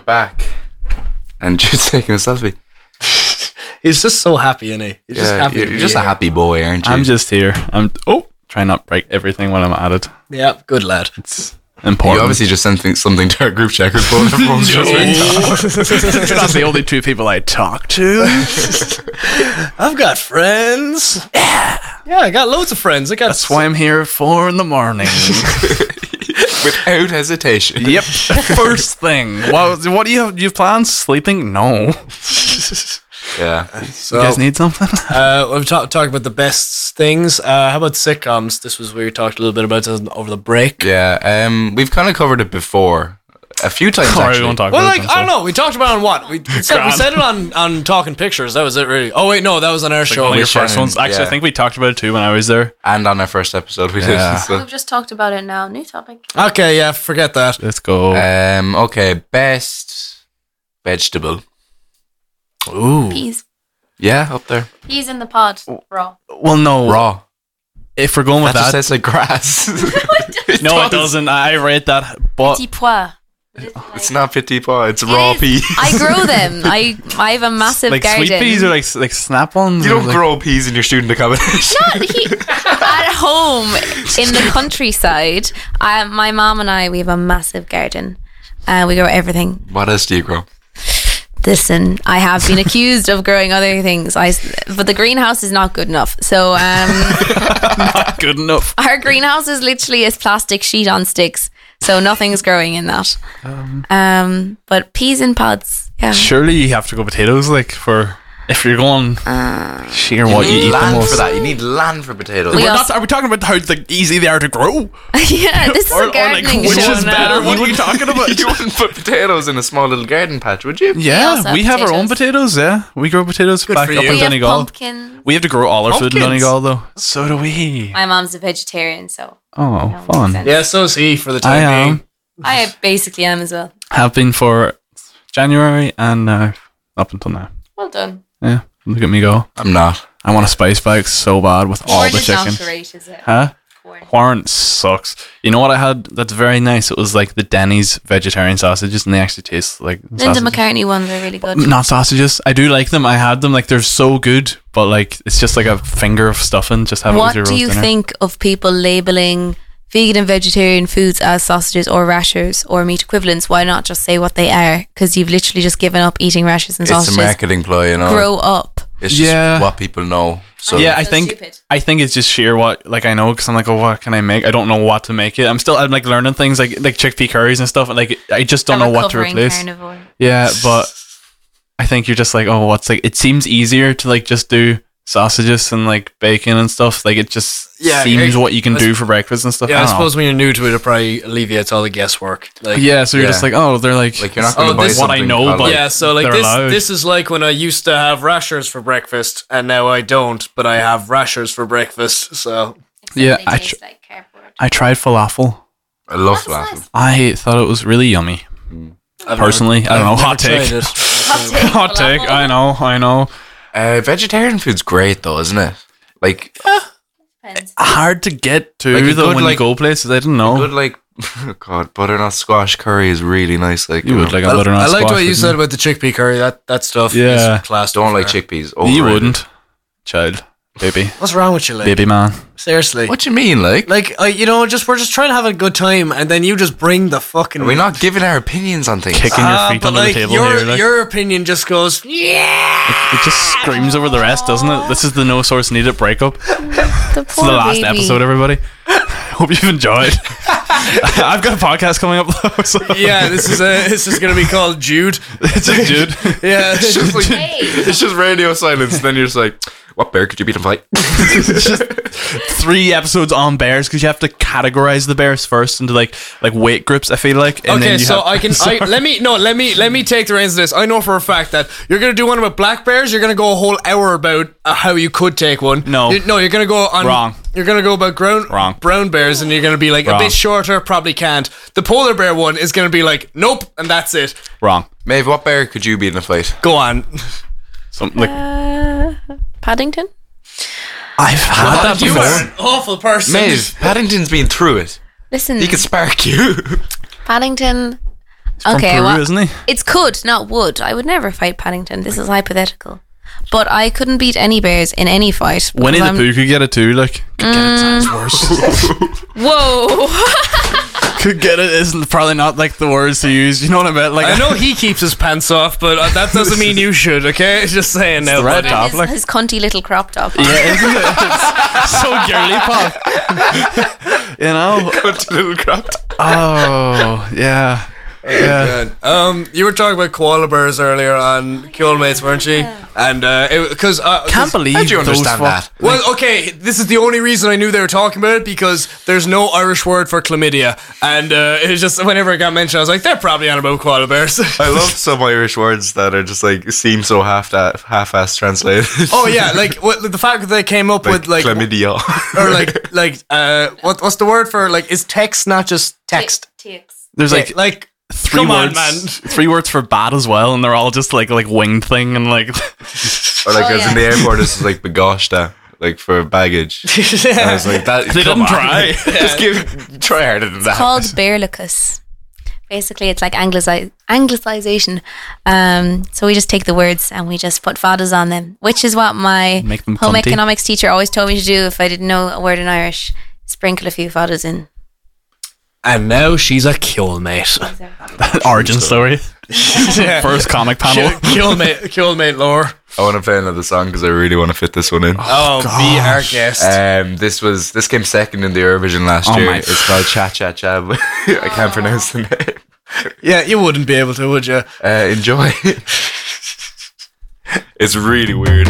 back and Jude's taking a selfie. He's just so happy, isn't he? He's just Yeah, happy. you're, to you're be just a here. happy boy, aren't you? I'm just here. I'm oh, try not break everything when I'm at it. Yeah, good lad. It's You important. obviously just sent thing- something to our group chat group phone. Everyone's just like, You're not the only two people I talk to. I've got friends. Yeah. Yeah, I got loads of friends. I got That's why I'm here at four in the morning. without hesitation. yep. First thing. What, what do you have? Do you have plans? Sleeping? No. Yeah. so, You guys need something? Uh, we've talked talk about the best things. Uh, how about sitcoms? This was where we talked a little bit about this over the break. Yeah. Um, we've kind of covered it before. A few times, Sorry, we actually. won't talk Well, about it like then, I so. don't know. We talked about it on what we we said, we Grand. said it on on talking pictures. That was it, really. Oh wait, no, that was on our show. One of your Shannon, first ones. Actually, yeah. I think we talked about it too when I was there. And on our first episode, we Yeah. did. So. We've just talked about it now. New topic. okay, yeah, forget that. Let's go. Um, okay, best vegetable. Ooh, Peas. Yeah, up there. Peas in the pod. Oh, Raw. well, no. Raw. If we're going with That, just that, tastes like grass. no, it doesn't. I rate that. But Petit pois. it's not petit pois. oh, It's raw Yes. peas. I grow them. I I have a massive like garden. sweet peas or like like snap ons. You don't grow peas in your student accommodation. He- at home in the countryside. I, my mom and I, we have a massive garden. Uh, we grow everything. what else do you grow? Listen, I have been accused of growing other things. I, s- but the greenhouse is not good enough. So um, good enough. our greenhouse is literally a plastic sheet on sticks. So nothing's growing in that. Um, but peas in pods. Yeah. Surely you have to go potatoes, like for if you're going sheer what you eat the land for most. that. You need land for potatoes. We We're also- not, are we talking about how like, easy they are to grow, yeah. Uh, This is or, a or like gardening which show is now. better? What are you talking about? you wouldn't put potatoes in a small little garden patch, would you? We also Yeah, we, have have our own potatoes. Yeah, we grow potatoes back for up you. in We have Donegal. pumpkin. We have to grow all our food in Pumpkins. Donegal, though. So do we. My mom's a vegetarian, so Oh, that makes fun! sense. yeah, so's he for the I time am. being. I basically am as well. have been for January and uh, up until now. Well done. Yeah, look at me go. I'm not. I want a spice bag so bad with all Corn the is not chicken. great, is it? Huh? Corn. Corn sucks. You know what I had that's very nice? It was like the Denny's vegetarian sausages, and they actually taste like Linda sausages. McCartney ones are really good. Not sausages. I do like them. I had them. Like they're so good, but like it's just like a finger of stuffing. Just have it What with your do roast you dinner. think of people labeling vegan and vegetarian foods as sausages or rashers or meat equivalents? Why not just say what they are? Because you've literally just given up eating rashers and It's a sausages. marketing ploy, uh, you know. Grow up. It's just Yeah. what people know. So Uh, yeah, I Oh, so think stupid. I think it's just sheer what like I know because I'm like, oh, what can I make? I don't know what to make it. I'm still I'm like learning things like like chickpea curries and stuff. And, like I just don't know what to Recovering replace. Carnivore. Yeah, but I think you're just like, oh, what's like? It seems easier to like just do sausages and like bacon and stuff. Like it just Yeah, seems it- what you can I do for breakfast and stuff. Oh. Yeah, I, don't know. suppose when you're new to it, it probably alleviates all the guesswork. Like, Yeah, so you're just Yeah. like, oh, they're like, Like you're not Oh, going to buy this- what I something know, online. but- yeah. So like They're this, allowed. this is like when I used to have rashers for breakfast, and now I don't, but I have rashers for breakfast. So yeah. They I, tr- taste like cardboard. I tried falafel. I love that. I thought it was really yummy. I've Personally, I don't know. never- Hot never take. tried it. Hot take. I know. I know. Uh, vegetarian food's great though, isn't it? Like Depends. Hard to get to Like a though good, when like- you go places. I didn't know. good, like oh God, butternut squash curry is really nice. Like you would like a butternut I liked squash, what you wouldn't said about the chickpea curry. That that stuff. Yeah. is class. don't like fair. chickpeas. You overrated. wouldn't, child, baby, What's wrong with you, like? baby man. Seriously. What you mean? Like, Like, I, you know, just we're just trying to have a good time, and then you just bring the fucking. are we not giving our opinions on things? Kicking your Ah, feet but under like, the table your here. Like. your opinion just goes. It just screams over the rest, doesn't it? This is the no source needed breakup. It's The the poor last baby. episode, everybody. Hope you've enjoyed. I've got a podcast coming up though, so Yeah, this is a, this is gonna be called Jude. it's a dude. Yeah, It's like- Hey. it's just radio silence. Then you're just like, what bear could you beat and fight? Three episodes on bears because you have to categorize the bears first into like like weight groups. I feel like. And okay, you so have- I can. I, let me no. Let me let me take the reins of this. I know for a fact that you're gonna do one about black bears. You're gonna go a whole hour about uh, how you could take one. No. You- no. You're gonna go on. Wrong. You're gonna go about ground Wrong. brown bears, and you're gonna be like a Wrong. bit shorter. Probably can't. The polar bear one is gonna be like nope, and that's it. wrong. Maeve, what bear could you beat in a fight? Go on. Something Uh, like Uh, Paddington? I've had that you are before. an awful person. Maeve, Paddington's been through it. Listen, He could spark you. Paddington, From okay, Peru, well, isn't he? it's could, not would. I would never fight Paddington. This is hypothetical. But I couldn't beat any bears in any fight. Um, mm. because Winnie the I'm- Pooh could get it too. Like could get it times worse. Whoa! could get it isn't probably not like the words to use. You know what I meant? Like I know he keeps his pants off, but uh, that doesn't mean you should. Okay, just saying now. the red buddy. top. his, like- his cunty little crop top. Yeah, isn't it? It's so girly pop. you know? little crap. Oh, yeah. Yeah. Good. Um, you were talking about koala bears earlier on Kill Mates, weren't you? And because uh, Can't 'cause- believe How do you understand those that? Well, okay, this is the only reason I knew they were talking about it because there's no Irish word for chlamydia, and uh, it was just whenever it got mentioned, I was like, they're probably on about koala bears. I love some Irish words that are just like seem so half that half-ass translated. oh yeah, like what, the fact that they came up with like chlamydia. or like like uh, what what's the word for like is text not just text? There's like, like three come on, words. man. Three words for bad as well, and they're all just like like winged thing and like or like Oh, I was yeah. in the airport. This is like begoshta, like for baggage. And I was like that. they come didn't on. try. Just give try harder than that. called Berlicus. Basically, it's like anglici- anglicization. Um, so we just take the words and we just put fadas on them, which is what my Make them home cunty. economics teacher always told me to do if I didn't know a word in Irish. Sprinkle a few fadas in. And now she's a kill mate. Origin story. First comic panel. kill mate, kill mate lore. I want to play another song because I really want to fit this one in. Oh, be our guest. Um, this was this came second in the Eurovision last Oh year. my- It's called Cha Cha Cha. but I can't pronounce the name. yeah, you wouldn't be able to, would you? Uh, enjoy. it's really weird.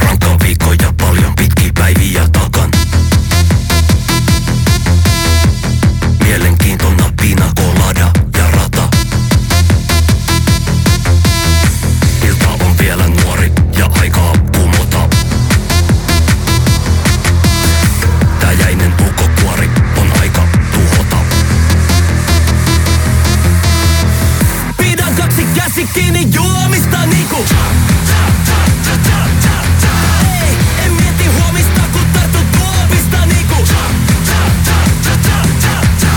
Pronto viikkoja paljon pitkiä päiviä takan. Mielenkiintona pina colada ja rata. Ilta on vielä nuori ja aikaa kumota. Täjäinen pukokuori on aika tuhota. Pidän kaksi käsi kiinni juomista niinku Cha, cha, cha, cha, cha, cha. Ei, en mieti huomista, kun tartun tuopista niinku Cha, cha, cha, cha, cha, cha, cha.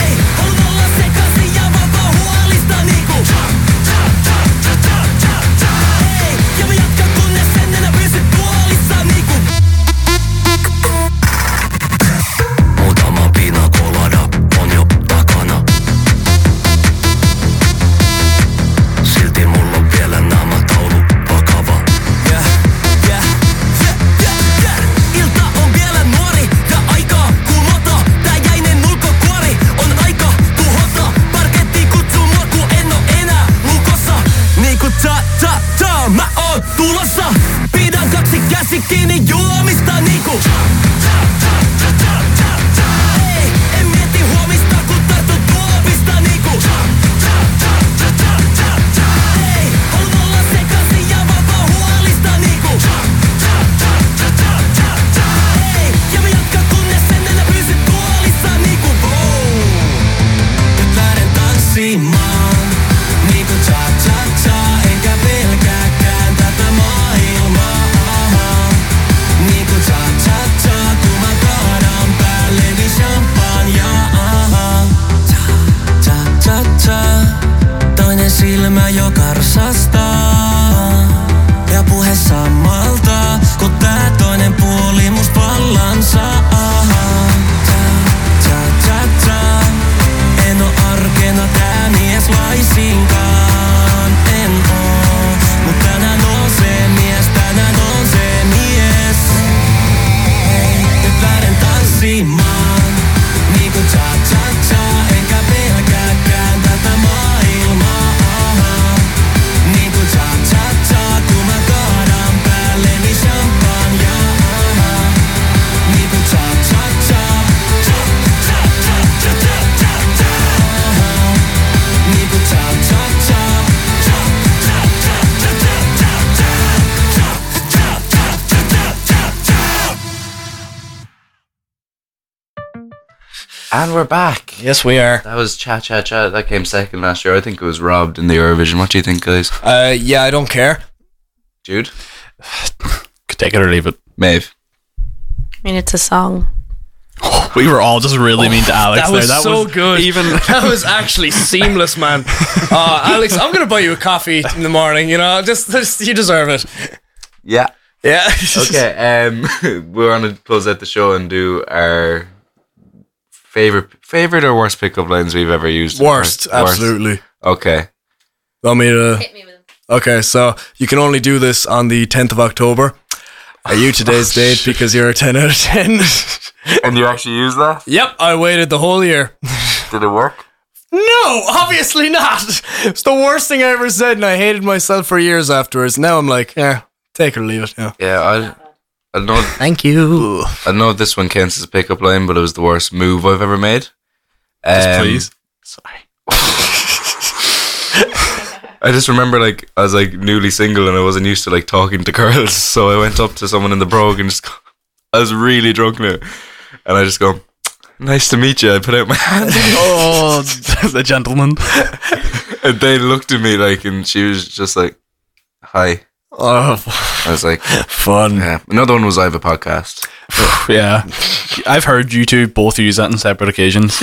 Ei, haluan olla sekaisin ja vaan vaan huolista niinku Cha, cha, cha, cha, cha, cha, cha. Ei, ja mä jatkan kunnes en enää pysy puolissa niinku Muutama pina colada on jo takana. Silti mulla on vielä naamataulu vakava. Yeah, yeah, yeah, yeah, yeah. Ilta on vielä nuori ja aikaa kumota. Täjäinen ulkokuori on aika tuhota. Parketti kutsuu mua, kun en oo enää lukossa. Niinku ta ta ta, mä oon tulossa. Pidän kaksi käsi kiinni juomista niinku. Cha, cha, cha, cha, cha, cha, cha. Ei, en mieti huomista, kun tartun tuopista niinku. Cha, cha, cha, cha, cha, cha, cha. Ei, haluan olla sekaisin ja vaan vaan huolista niinku. Cha, cha, cha, cha, cha, cha, cha. Ei, ja mä jatkan kunnes en enää pysy tuolissa niinku. Wow. Nyt lähden tanssimaan Niinku cha cha cha Enkä pelkääkään tätä maailmaa Niinku cha cha cha Kun mä kaadan päälleni champagnea Cha cha cha cha Toinen silmä joka rassastaa Ja puhe samalta Kun tää toinen puoli must vallansa Cha cha cha cha en oo arkena tää mies laisinkaan En oo Mut tänään on se mies Tänään on se mies Nyt lähden tanssimaan Niinku cha cha cha Enkä pelkääkään tätä maailmaa Niinku cha cha cha Kun mä kaadan päälleni champagnea Niinku cha cha cha Cha cha cha cha cha cha cha Niinku cha cha cha Cha cha cha cha cha cha cha Cha cha cha cha cha cha cha And we're back. Yes, we are. That was Cha Cha Cha. That came second last year. I think it was robbed in the Eurovision. What do you think, guys? Uh, yeah, I don't care. Jude? Could take it or leave it. Maeve. I mean, it's a song. We were all just really mean to Alex Oh, That there. was that so was good. Even That was actually seamless, man. Uh, Alex, I'm gonna buy you a coffee in the morning. You know, just, just you deserve it. Yeah. Yeah. Okay. Um, we want to close out the show and do our favorite, favorite or worst pickup lines we've ever used. Worst, absolutely. Okay. Want me to? me with Okay, so you can only do this on the 10th of October. Are you today's date because you're a 10 out of 10? Oh, And you actually use that? yep, I waited the whole year. Did it work? No, obviously not. It's the worst thing I ever said, and I hated myself for years afterwards. Now I'm like, yeah, take or leave it. Yeah. Yeah. I. I know. Thank you. I know this one counts as a pickup line, but it was the worst move I've ever made. Um, please. I just remember like I was like newly single and I wasn't used to like talking to girls, so I went up to someone in the brogue and just go, I was really drunk now, and I just go, "Nice to meet you." I put out my hand Oh, the gentleman. and they looked at me like, and she was just like, "Hi." Oh, I was like, fun. "Yeah." Another one was I have a podcast. yeah, I've heard you two both use that on separate occasions.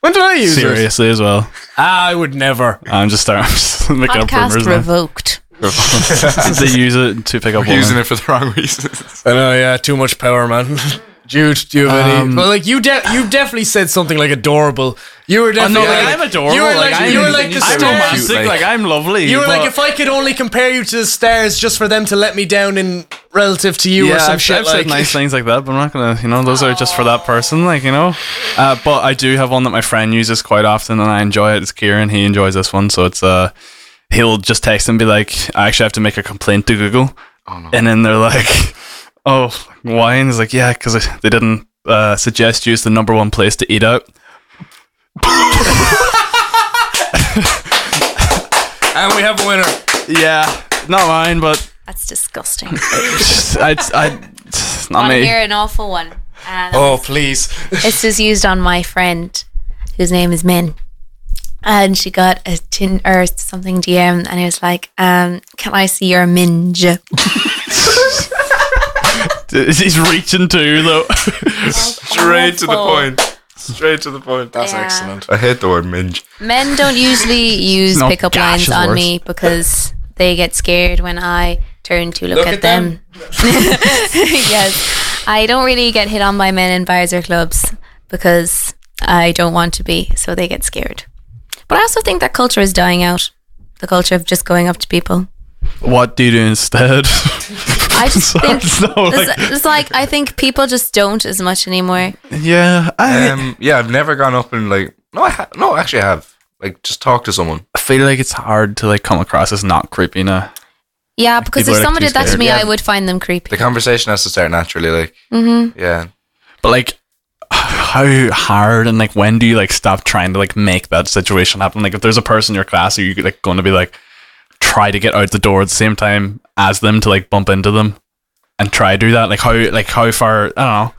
When did I use it? Ah, Seriously, as well. I would never. I'm just starting. I'm just making up Podcast rumors now. revoked. they use it to pick up women. Using it for the wrong reasons. I know, yeah, too much power, man. Jude, do you have any? Um, But like, you de- you definitely said something like adorable. You were no, definitely. like, like, I'm adorable. You were like, like, I'm, you were like the I'm stars. romantic. Like, Like- I'm lovely. You were like, but- if I could only compare you to the stars just for them to let me down in relative to you yeah, or some I've, shit. I've like, said nice things like that, but I'm not gonna. You know, those are just for that person. Like you know, uh, but I do have one that my friend uses quite often, and I enjoy it. It's Kieran. He enjoys this one, so it's uh, he'll just text and be like, I actually have to make a complaint to Google, and then they're like, Oh, why? And he's like, Yeah, because they didn't uh, suggest you as the number one place to eat out. And we have a winner. Yeah, not mine, but That's disgusting. I, I, not Want to me. hear an awful one? And Oh, please. This was used on my friend, whose name is Min, and she got a tin or something DM, and it was like, um, "Can I see your minge?" He's reaching too, though. Straight to the point. Straight to the point. That's Yeah. excellent. I hate the word minge. Men don't usually use No, pickup gosh, lines it's on worse. me because they get scared when I turn to look, Look at, at them. yes, I don't really get hit on by men in bars or clubs because I don't want to be, so they get scared. But I also think that culture is dying out. The culture of just going up to people. What do you do instead? I just think It's not like- it's, it's like I think people just don't as much anymore. yeah, I Um, yeah, I've never gone up and like no, I ha- no, actually I have like just talk to someone. I feel like it's hard to like come across as not creepy now. Yeah, because people if are someone too did that to scared. me, Yeah. I would find them creepy. The conversation has to start naturally, like yeah. But like, how hard and like when do you like stop trying to like make that situation happen? Like, if there's a person in your class, are you like going to be like try to get out the door at the same time as them to like bump into them and try to do that? Like how like how far? I don't know.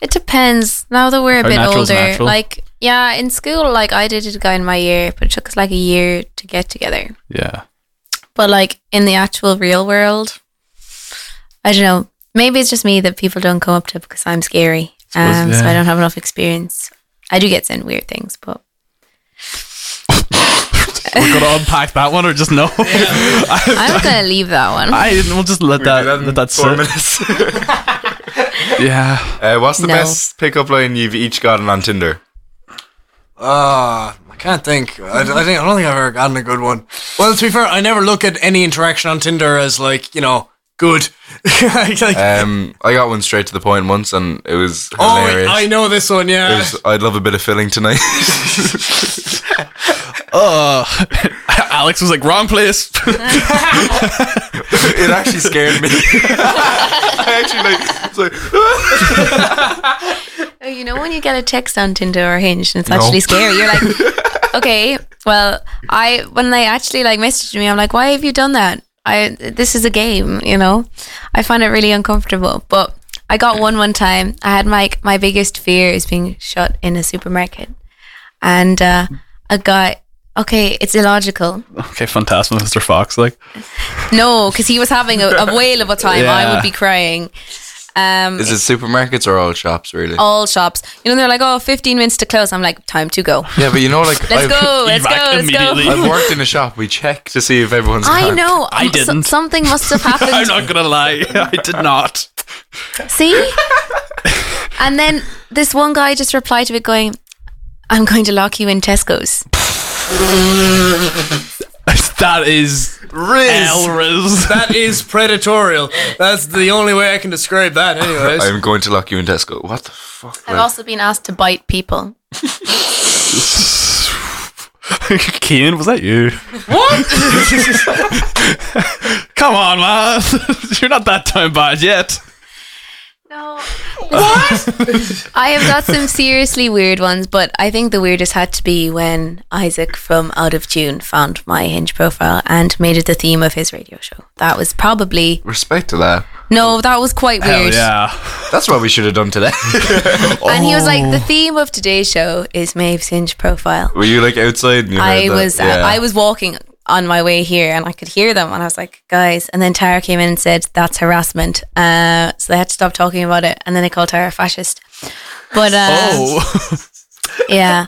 It depends. Now that we're a How bit Oh, natural's older, natural. like yeah, in school, like I dated a guy in my year, but it took us like a year to get together. Yeah, But like in the actual real world, I don't know. Maybe it's just me that people don't come up to because I'm scary, um, so yeah. I don't have enough experience. I do get sent weird things, but we're gonna unpack that one or just no. I'm gonna leave that one. I didn't. We'll just let that. let that sit. minutes. Yeah. uh, what's the No. best pickup line you've each gotten on Tinder? Ah, I can't think. I, I think I don't think I've ever gotten a good one. Well, to be fair, I never look at any interaction on Tinder as like you know good. Like, like, Um, I got one straight to the point once, and it was oh, wait, hilarious. I know this one. It Yeah. was, I'd love a bit of filling tonight. Uh, Alex was like wrong place. it actually scared me. I actually like. It's like Oh, you know when you get a text on Tinder or Hinge and it's No. actually scary, you're like, okay, well, I when they actually like messaged me, I'm like, why have you done that? I this is a game, you know. I find it really uncomfortable, but I got one one time. I had my my biggest fear is being shot in a supermarket, and uh, a guy. Okay, it's illogical. okay, fantastic, Mr. Fox. Like, No, because he was having a, a whale of a time. I Yeah. would be crying. Um, Is it supermarkets or all shops really? all shops. You know, they're like, oh, 15 minutes to close. I'm like, time to go. Yeah, but you know, like Let's I've, go. Let's go. back Let's go. immediately. I've worked in a shop. We check to see if everyone's. I gone. know. I Um, so- didn't. something must have happened. I'm not gonna lie, I did not. See? and then this one guy just replied to it going, I'm going to lock you in Tesco's. that is Riz. Elriz. That is predatorial. That's the only way I can describe that, anyways. I'm going to lock you in Tesco. What the fuck? I've man? also been asked to bite people. Keen, was that you? What? Come on, man. You're not that time bad yet. No. What? I have got some seriously weird ones, but I think the weirdest had to be when Isaac from Out of Tune found my Hinge profile and made it the theme of his radio show. That was probably Respect to that. no, that was quite weird. yeah. That's what we should have done today. And he was like, Oh. "The theme of today's show is Maeve's Hinge profile." Were you like outside? And you heard I that? was uh, Yeah. I was walking on my way here and I could hear them and I was like, guys. And then Tara came in and said that's harassment. Uh, so they had to stop talking about it. And then they called Tara a fascist. But uh, Oh. yeah,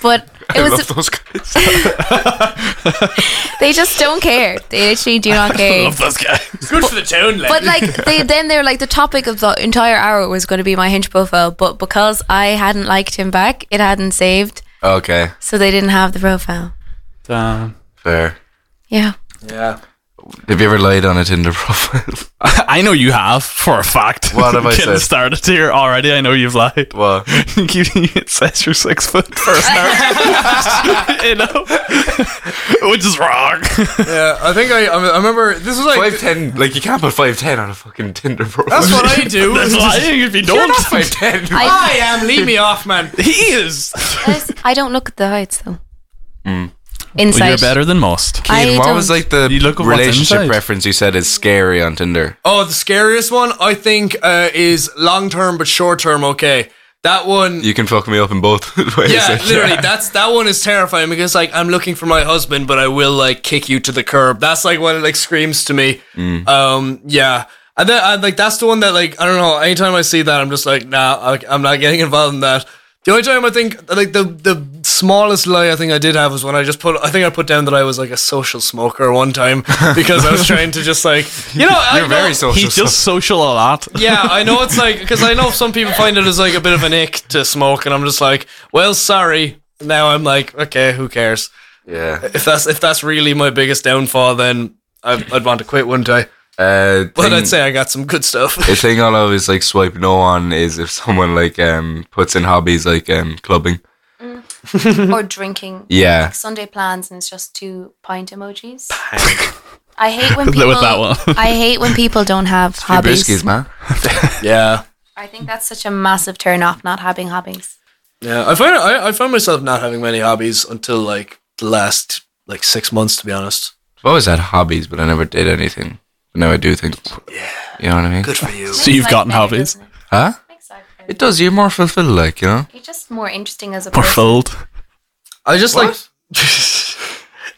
but it I was love those guys. they just don't care. They literally do not care. Those guys. Good for the town, But like they then they're like the topic of the entire hour was going to be my hinge profile, but because I hadn't liked him back, it hadn't saved, okay, so they didn't have the profile. Damn. fair. Yeah. yeah. Have you ever lied on a Tinder profile? I know you have, for a fact. What have I Getting said? started here already, I know you've lied. well, it says you're six foot for a start. you know? Which is wrong. Yeah, Uh, I think I, I remember this was like. five ten. Like you can't put five ten on a fucking Tinder profile. that's what I do. That's lying if you You're don't. not five ten. I, I am. Leave me off, man. He is. I don't look at the heights though. Well, Inside. you're better than most. I Mm. what don't- was like the You look at what's relationship inside. reference you said is scary on Tinder? Oh, the scariest one I think uh, is long term but short term. Okay, that one. You can fuck me up in both ways. yeah, literally. That's that one is terrifying because like I'm looking for my husband, but I will like kick you to the curb. That's like when it like screams to me. Mm. Um, yeah, and then I, like that's the one that like I don't know. Anytime I see that, I'm just like, nah, I, I'm not getting involved in that. The only time I think like the the smallest lie I think I did have was when I just put I think I put down that I was like a social smoker one time because I was trying to just like you know I You're very know- social. He's just social a lot. yeah, I know it's like because I know some people find it as like a bit of an ick to smoke, and I'm just like, well, sorry. Now I'm like, okay, who cares? yeah. If that's if that's really my biggest downfall, then I'd, I'd want to quit one day. Uh, But thing- I'd say I got some good stuff. the thing I'll always like swipe no on is if someone like um puts in hobbies like um clubbing. Mm. or drinking Yeah. Sunday plans and it's just two pint emojis. I hate when people With that one. I hate when people don't have Your hobbies. briskies, man. Yeah, I think that's such a massive turn off not having hobbies. yeah. I find I, I find myself not having many hobbies until like the last like six months, to be honest. I've always had hobbies, but I never did anything. But now I do things. Yeah. You know what I mean? Good for you. So you've gotten hobbies. Huh? Makes life better. It does. You're more fulfilled, like you know. You're just more interesting as a We're person. filled. I just like.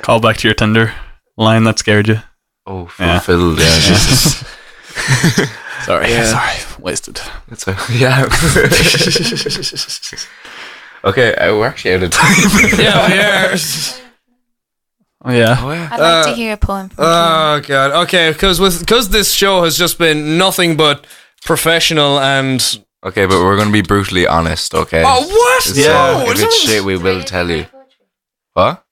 Call back to your Tinder line that scared you. Oh, fulfilled. Yeah. Jesus. Sorry. Sorry. Wasted. That's a, yeah. okay, uh, we're actually out of time. yeah, yeah. Oh, yeah. yeah. I'd Uh, like to hear a poem. From Oh god. Okay, because with because this show has just been nothing but professional and Okay, but we're gonna be brutally honest. Okay. Oh, what? So if it's shit, we will tell you. What?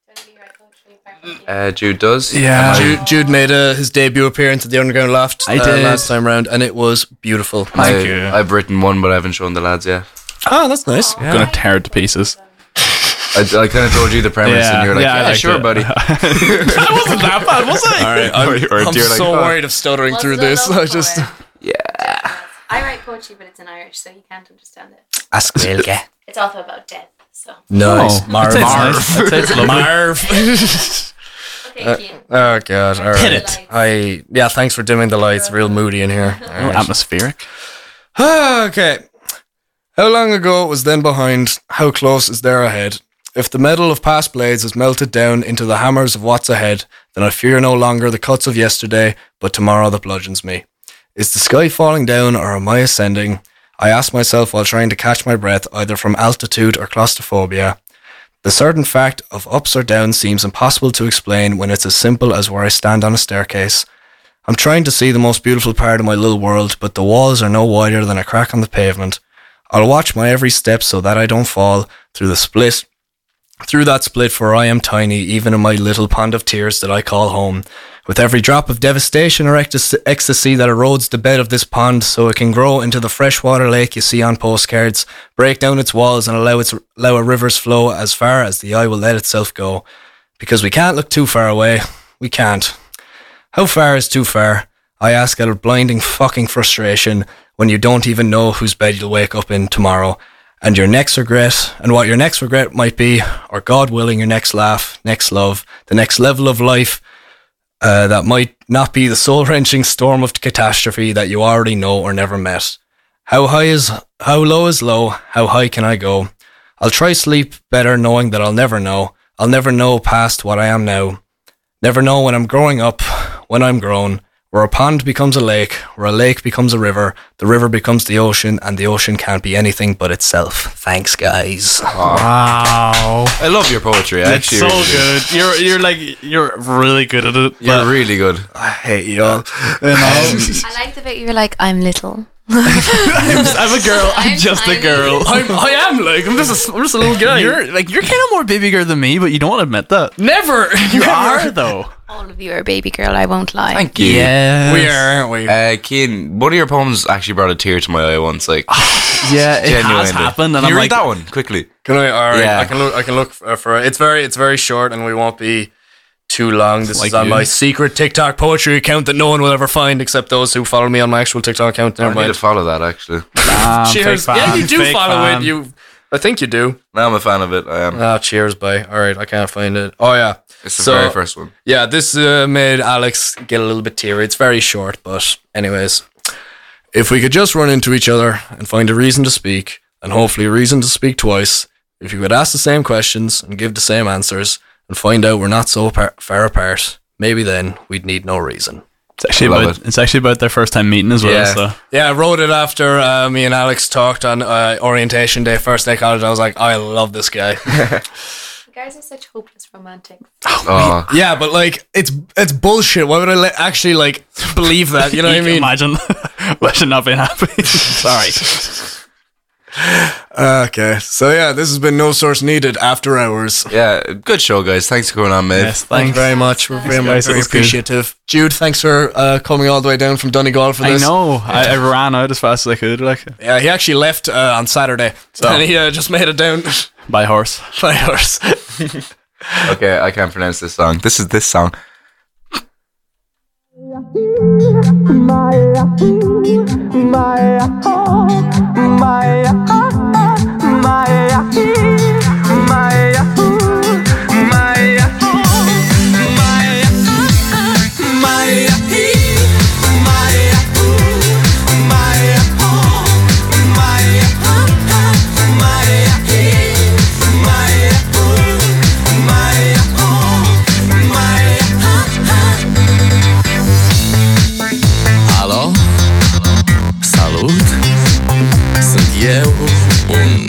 Uh, Jude does. Yeah. Am I- Jude, Jude made uh, his debut appearance at the Underground Loft I uh, did. last time round, and it was beautiful. I, Thank you. I've written one, but I haven't shown the lads yet. Oh, that's nice. Gonna tear it to pieces. I, I kind of told you the premise, Yeah, and you're like, yeah, I "Yeah, liked sure, it." buddy." That wasn't that bad, was it? All right. I'm, Or- or I'm do you like- so worried of stuttering through this. I just I write poetry, but it's in Irish, so you can't understand it. ask Milge. It's also about death. So Nice, Marv. Marv. okay, Oh god. All right. Hit it. I yeah. Thanks for dimming the lights. Real moody in here. All right. Atmospheric. okay. How long ago was then behind? How close is there ahead? If the metal of past blades is melted down into the hammers of what's ahead, then I fear no longer the cuts of yesterday, but tomorrow that bludgeons me. Is the sky falling down or am I ascending? I ask myself while trying to catch my breath, either from altitude or claustrophobia. The certain fact of ups or downs seems impossible to explain when it's as simple as where I stand on a staircase. I'm trying to see the most beautiful part of my little world, but the walls are no wider than a crack on the pavement. I'll watch my every step so that I don't fall through the split through that split, for I am tiny, even in my little pond of tears that I call home. With every drop of devastation or ectas- ecstasy that erodes the bed of this pond so it can grow into the freshwater lake you see on postcards, break down its walls and allow, its, allow a river's flow as far as the eye will let itself go. Because we can't look too far away. We can't. How far is too far? I ask out of blinding fucking frustration when you don't even know whose bed you'll wake up in tomorrow. And your next regret, and what your next regret might be, or God willing, your next laugh, next love, the next level of life uh, that might not be the soul wrenching storm of catastrophe that you already know or never met. How high is, how low is low, how high can I go? I'll try sleep better knowing that I'll never know. I'll never know past what I am now. Never know when I'm growing up, when I'm grown, where a pond becomes a lake, where a lake becomes a river, the river becomes the ocean, and the ocean can't be anything but itself. Thanks, guys. Wow. I love your poetry. I That's actually so really do. good. You're you're like you're really good at it. You're really good. I hate you all. um, I like the bit you were like, I'm little. I'm a girl. I'm, I'm just a tiny. girl. I'm, I am like I'm just a, I'm just a little guy. You're like you're kind of more baby girl than me, but you don't want to admit that. never. You are though. All of you are a baby girl, I won't lie. Thank you. Yeah, We are, aren't we? Uh, Keen, one of your poems actually brought a tear to my eye once. Like, Yeah, it genuinely. has happened, Can and you I'm read like, that one quickly. Can I? All right. Yeah. I can look. I can look for, for it's very it's very short, and we won't be too long. This Like is on you. my secret TikTok poetry account that no one will ever find except those who follow me on my actual TikTok account. Never I need to mind. follow that actually. "Ah, I'm Cheers. fake Yeah, fan, you do fake follow fan." it. You. I think you do. Now I'm a fan of it. I am. Ah, cheers, bye. All right, I can't find it. Oh yeah. Um, It's the So- very first one. Yeah, this uh, made Alex get a little bit teary. It's very short, but anyways, if we could just run into each other and find a reason to speak, and hopefully a reason to speak twice, if you could ask the same questions and give the same answers, and find out we're not so par- far apart, maybe then we'd need no reason. It's actually Love about it's actually about their first time meeting as well. So. yeah. I wrote it after uh, me and Alex talked on uh, orientation day, first day college. I was like, I love this guy. You guys are such hopeless romantics. Uh, Oh, yeah, but like, it's it's bullshit. Why would I let actually like believe that? You know what I You can mean? Imagine Russia not being happy. Sorry. Okay, so yeah, this has been No Source Needed After Hours. yeah. Good show, guys. Thanks for coming on, mate. Yes, Thank you thanks. very much. We're very, much guys. It very was good. appreciative. Jude, thanks for uh, coming all the way down from Donegal for I this. know. I, I ran out as fast as I could, like Yeah, he actually left uh, on Saturday, and he uh, just made it down by horse. by horse. Okay, I can't pronounce this song. This is this song. Alo? Salut! Sunt eu un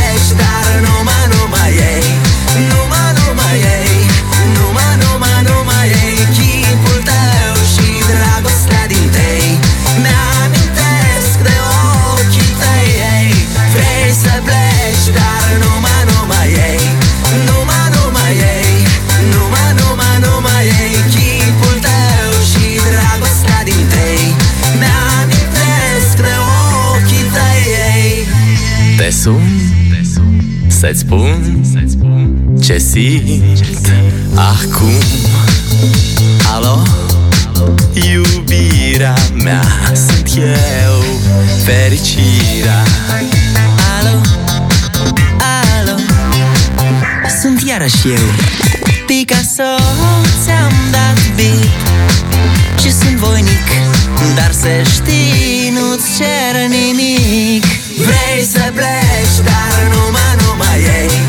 dar numai, numai ei Numai, numai ei Numai, numai, numai ei Chipul tău și dragostea din tei Mi-amintesc de ochii tăi ei Vrei să pleci, dar numai, numai ei Numai, numai ei Numai, numai, numai ei Chipul tău și dragostea din tei Mi-amintesc de ochii tăi ei te sun Să-ți spun Ce simt Acum Alo Iubirea mea Sunt eu Fericirea Alo Alo sunt iarăși eu Picasso, ți-am dat beat Și sunt voinic Dar să știi, nu-ți cer nimic Vrei să pleci, dar numai, numai ei